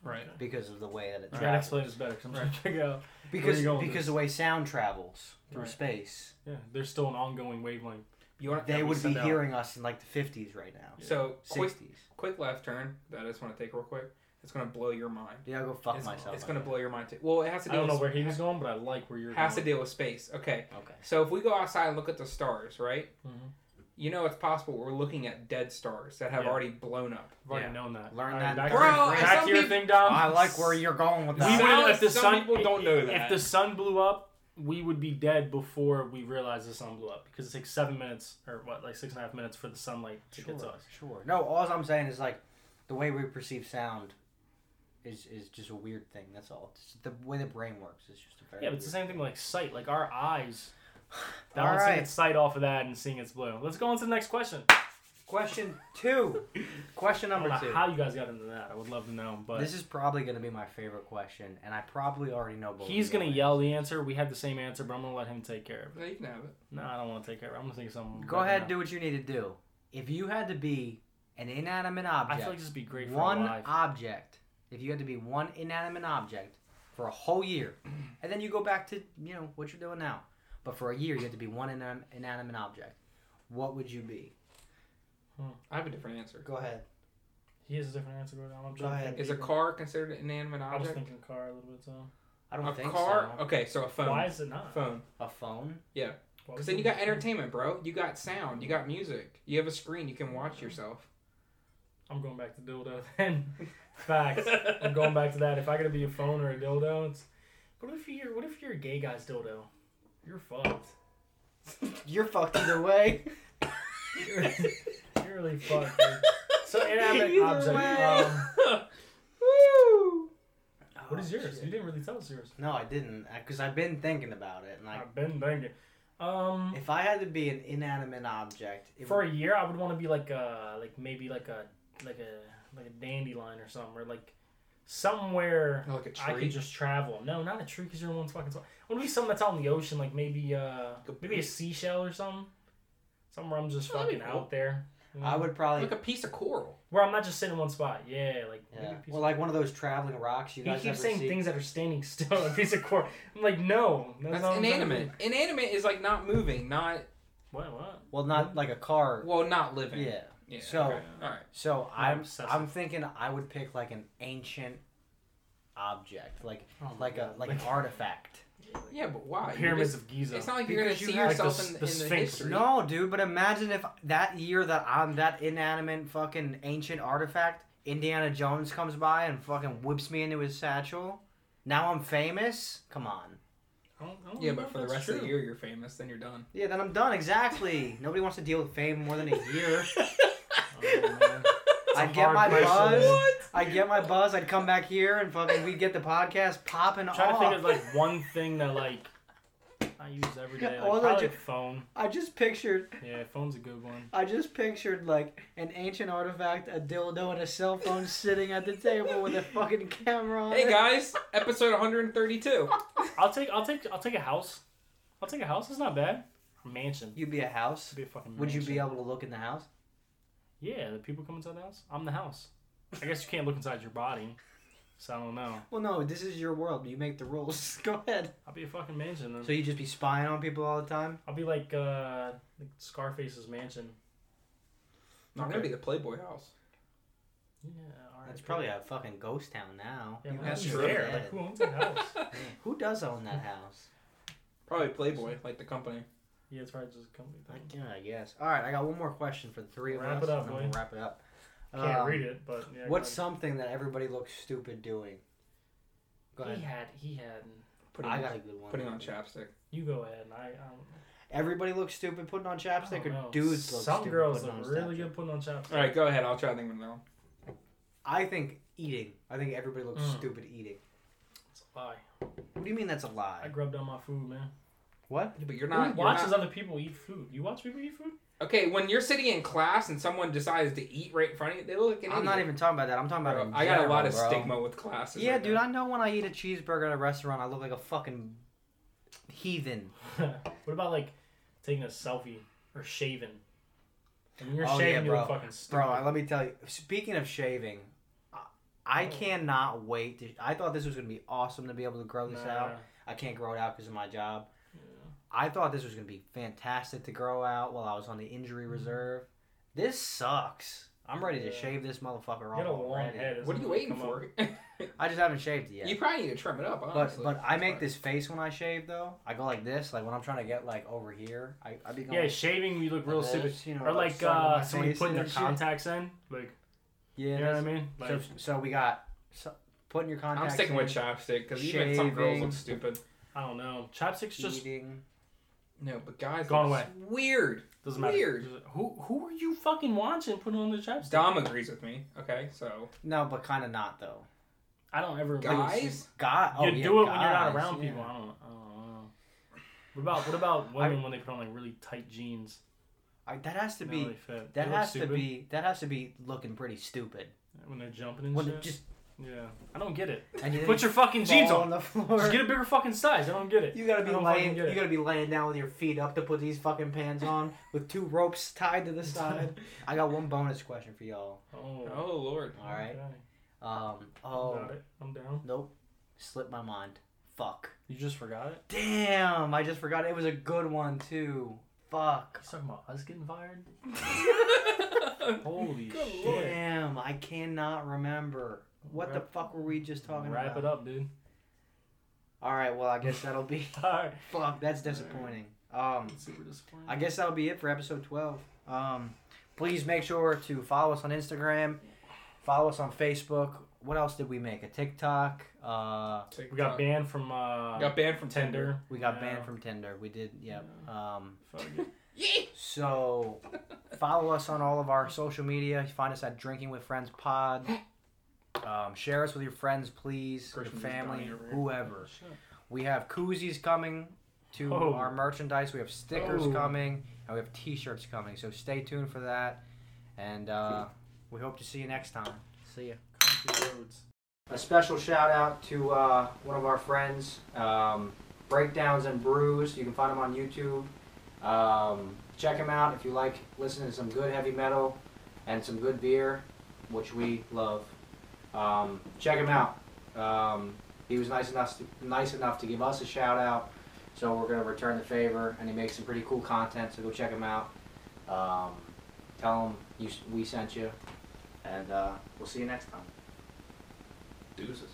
Right. because of the way that it You gotta travels. explain this better because I'm trying to figure out. Where Because you going with because this? the way sound travels through Right. space, Yeah, there's still an ongoing wavelength. You want they that we would be send out. hearing us in like the fifties right now, So quick, sixties. quick left turn that I just want to take real quick. It's gonna blow your mind. Yeah, I'll go fuck it's, myself. It's on gonna that. blow your mind. Too. Well, it has to. I Deal don't know with- where he was going, but I like where you're Has to going. deal with space. Okay. Okay. So if we go outside and look at the stars, right? Mhm. You know it's possible we're looking at dead stars that have Yeah. already blown up. I've already Yeah. known that. Learn All that Back, Bro, to your- and back some to your people- thing, Dom. I like where you're going with We that. Some- will if the some sun. people don't know that. If the sun blew up, we would be dead before we realize the sun blew up because it takes seven minutes or what, like six and a half minutes for the sunlight to get to us. Sure. No, all I'm saying is like the way we perceive sound is is just a weird thing. That's all. It's just the way the brain works is just a very Yeah, but it's the weird same thing with, like sight. Like our eyes. That All one's right. seeing its sight off of that and seeing its blue. Let's go on to the next question. Question two. Question I don't number know two. how you guys got into that. I would love to know, but This is probably gonna be my favorite question, and I probably already know. both he's of your gonna answers. yell the answer. We had the same answer, but I'm gonna let him take care of it. No, you can have it. No, I don't want to take care of it. I'm gonna think of something. Go better ahead, now. do what you need to do. If you had to be an inanimate I object, feel like this would be great for one our life. object. If you had to be one inanimate object for a whole year, and then you go back to you know what you're doing now, but for a year you had to be one inan- inanimate object. What would you be? I have a different answer. Go ahead. He has a different answer. Gordon. I'm Go trying to ahead. think. Is a car considered an inanimate I was object? thinking car a little bit so. I don't A think car? so. Okay, so a phone. Why is it not? phone. A phone. Why Because would then you got be- entertainment, bro. You got sound. You got music. You have a screen. You can watch yourself. I'm going back to dildo then. Facts. I'm going back to that. If I gotta be a phone or a dildo, it's. What if you're? What if you're a gay guy's dildo? You're fucked. You're fucked either way. You're, you're really fucked. dude. So inanimate Either object. way. Um, Woo! what is yours? Oh, shit. You didn't really tell us yours. No, I didn't, because I've been thinking about it, and like, I've been thinking. Um, if I had to be an inanimate object, it for a year, I would want to be like a, like maybe like a, like a, like a dandelion or something, or like somewhere Like a I tree. could just travel. No, not a tree, because you're in one fucking spot. I want to be something that's out in the ocean, like maybe uh, Like a maybe a beach. seashell or something. Somewhere I'm just That'd be fucking cool. out there. you know? I would probably like a piece of coral. Where I'm not just sitting in one spot. Yeah, like. maybe Yeah. a piece Well, of- like one of those traveling rocks you he guys keeps ever saying see. things that are standing still. A piece of core. I'm like, no, That's not what I'm trying to inanimate. do. Inanimate is like not moving, not What? What? Well, not like a car. well, not living. Yeah. Yeah, So- okay. all right. So I'm obsessive. I'm thinking I would pick like an ancient object, like Oh my like a God. like an artifact. Yeah, but why? You pyramids just- of Giza. it's not like you're gonna Because you see have yourself the- in, the in the Sphinx. history. No, dude. But imagine if that year that I'm that inanimate fucking ancient artifact, Indiana Jones comes by and fucking whips me into his satchel. Now I'm famous. Come on. I don't- I don't Yeah, know but if for the that's rest of true. the year, you're famous. Then you're done. Yeah, then I'm done. Exactly. Nobody wants to deal with fame more than a year. Oh, man. I It's a get hard my place to buzz. live. I would get my buzz. I'd come back here and fucking we'd get the podcast popping I'm off. trying to think of like one thing that like I use every day. Like, All I probably do- phone. I just pictured. Yeah, phone's a good one. I just pictured like an ancient artifact, a dildo, and a cell phone sitting at the table with a fucking camera. On Hey it. guys, episode 132. I'll take I'll take I'll take a house. I'll take a house. It's not bad. A mansion. You'd be a house. It'd be a fucking Would you be mansion. able to look in the house? Yeah, the people come inside the house. I'm the house. I guess you can't look inside your body. So I don't know. Well, no. This is your world. You make the rules. Go ahead. I'll be a fucking mansion. Then. So you just be spying on people all the time. I'll be like uh like Scarface's mansion. Not gonna be the Playboy house. Yeah, all right. That's probably a fucking ghost town now. yeah, that's that's true. there. Like who owns that house? Who does own that house? Probably Playboy, like the company. yeah, it's probably just a company I, thing. yeah, I guess. All right, I got one more question for the three of Wrap us. it up, and then we'll boy. Wrap it up. Can't Um, read it, but yeah. What's go something that everybody looks stupid doing? Go ahead. he ahead. had? He had. Putting I on, got a good one. putting on chapstick. You go ahead, and I. I don't, Everybody looks stupid putting on I chapstick, don't or know. dudes look Oh, Some stupid girls putting look on really chapstick? good putting on chapstick. All right, go ahead. I'll try thinking of another one. I think eating. I think everybody looks Mm. stupid eating. It's a lie. What do you mean that's a I lie? grubbed on my food, man. What? Yeah, But you're Who not. You're watches not other people eat food? You watch people eat food? okay, when you're sitting in class and someone decides to eat right in front of you, they look like an I'm not idiot. even talking about that. I'm talking about. Bro, in I got a lot general, of bro. stigma with classes. Yeah, right dude. now. I know when I eat a cheeseburger at a restaurant, I look like a fucking heathen. what about like taking a selfie or shaving? And when you're Oh, yeah, shaving, you bro. look fucking Bro, stupid. I- let me tell you. Speaking of shaving, I- I Oh. cannot wait. To, I thought this was gonna be awesome to be able to grow this out. I can't grow it out because of my job. I thought this was gonna be fantastic to grow out while I was on the injury reserve. This sucks. I'm ready to Mm-hmm. Yeah. shave this motherfucker You off. got a long already. head. It's What are you gonna waiting come up. for? I just haven't shaved it yet. You probably need to trim it up, But honestly. but I It's make fine. this face when I shave though. I go like this, like when I'm trying to get like over here. I, I be going Yeah, shaving, you look like real this, stupid. you know, Or like sucking my uh, somebody face putting in their and shit. contacts in. Like, Yeah, you know what I that's- mean? Like, so, so we got so, putting your contacts. I'm sticking with in, chapstick because even some girls Shaving. look stupid. I don't know. Chapstick's just eating. No, but guys, Gone it's Weird. doesn't matter. Weird. Who who are you fucking watching putting on the chapstick? Dom agrees with me. Okay, so No, but kind of not though. I don't ever. guys, God, oh, you yeah, do it when you're guys, not around yeah. people. I don't, know. I don't know. What about what about women when they put on like really tight jeans? I, that has to They be. don't really fit. That They look has to stupid be. That has to be looking pretty stupid. when they're jumping and When shit. it just yeah, I don't get it. and you Put your fucking fall jeans on on. the floor. Just get a bigger fucking size. I don't get it. You gotta be I don't laying. fucking get You it. gotta be laying down with your feet up to put these fucking pants on with two ropes tied to the side. I got one bonus question for y'all. Oh, oh lord, All right. okay. Um. Oh, Oh. I'm down. Nope. Slipped my mind. Fuck. You just forgot it. Damn. I just forgot it was a good one too. Fuck. You talking about us getting fired? Holy Good shit! lord. Damn. I cannot remember. What the fuck were we just talking about? Wrap it up, dude. All right. Well, I guess that'll be. All right. fuck. That's disappointing. Um. Super disappointing. I guess that'll be it for episode 12. Um, please make sure to follow us on Instagram, follow us on Facebook. What else did we make? A TikTok. Uh, we got banned from uh, got banned from Tinder. Tinder. we got Yeah. banned from Tinder. We did, yep. Um, Fuck it. so follow us on all of our social media. Find us at Drinking with Friends Pod. Um, share us with your friends, please, your Christian just family, dying over here. whoever. We have koozies coming to Oh. our merchandise. We have stickers Oh. coming, and we have T-shirts coming. So stay tuned for that, and uh, we hope to see you next time. See ya. Country roads. A special shout out to uh, one of our friends, um, Breakdowns and Brews. You can find them on YouTube. Um, check them out if you like listening to some good heavy metal and some good beer, which we love. Um, check him out. Um, he was nice enough to, nice enough to give us a shout out, so we're gonna return the favor. And he makes some pretty cool content, so go check him out. Um, tell him you, s- we sent you, and uh, we'll see you next time. Deuces.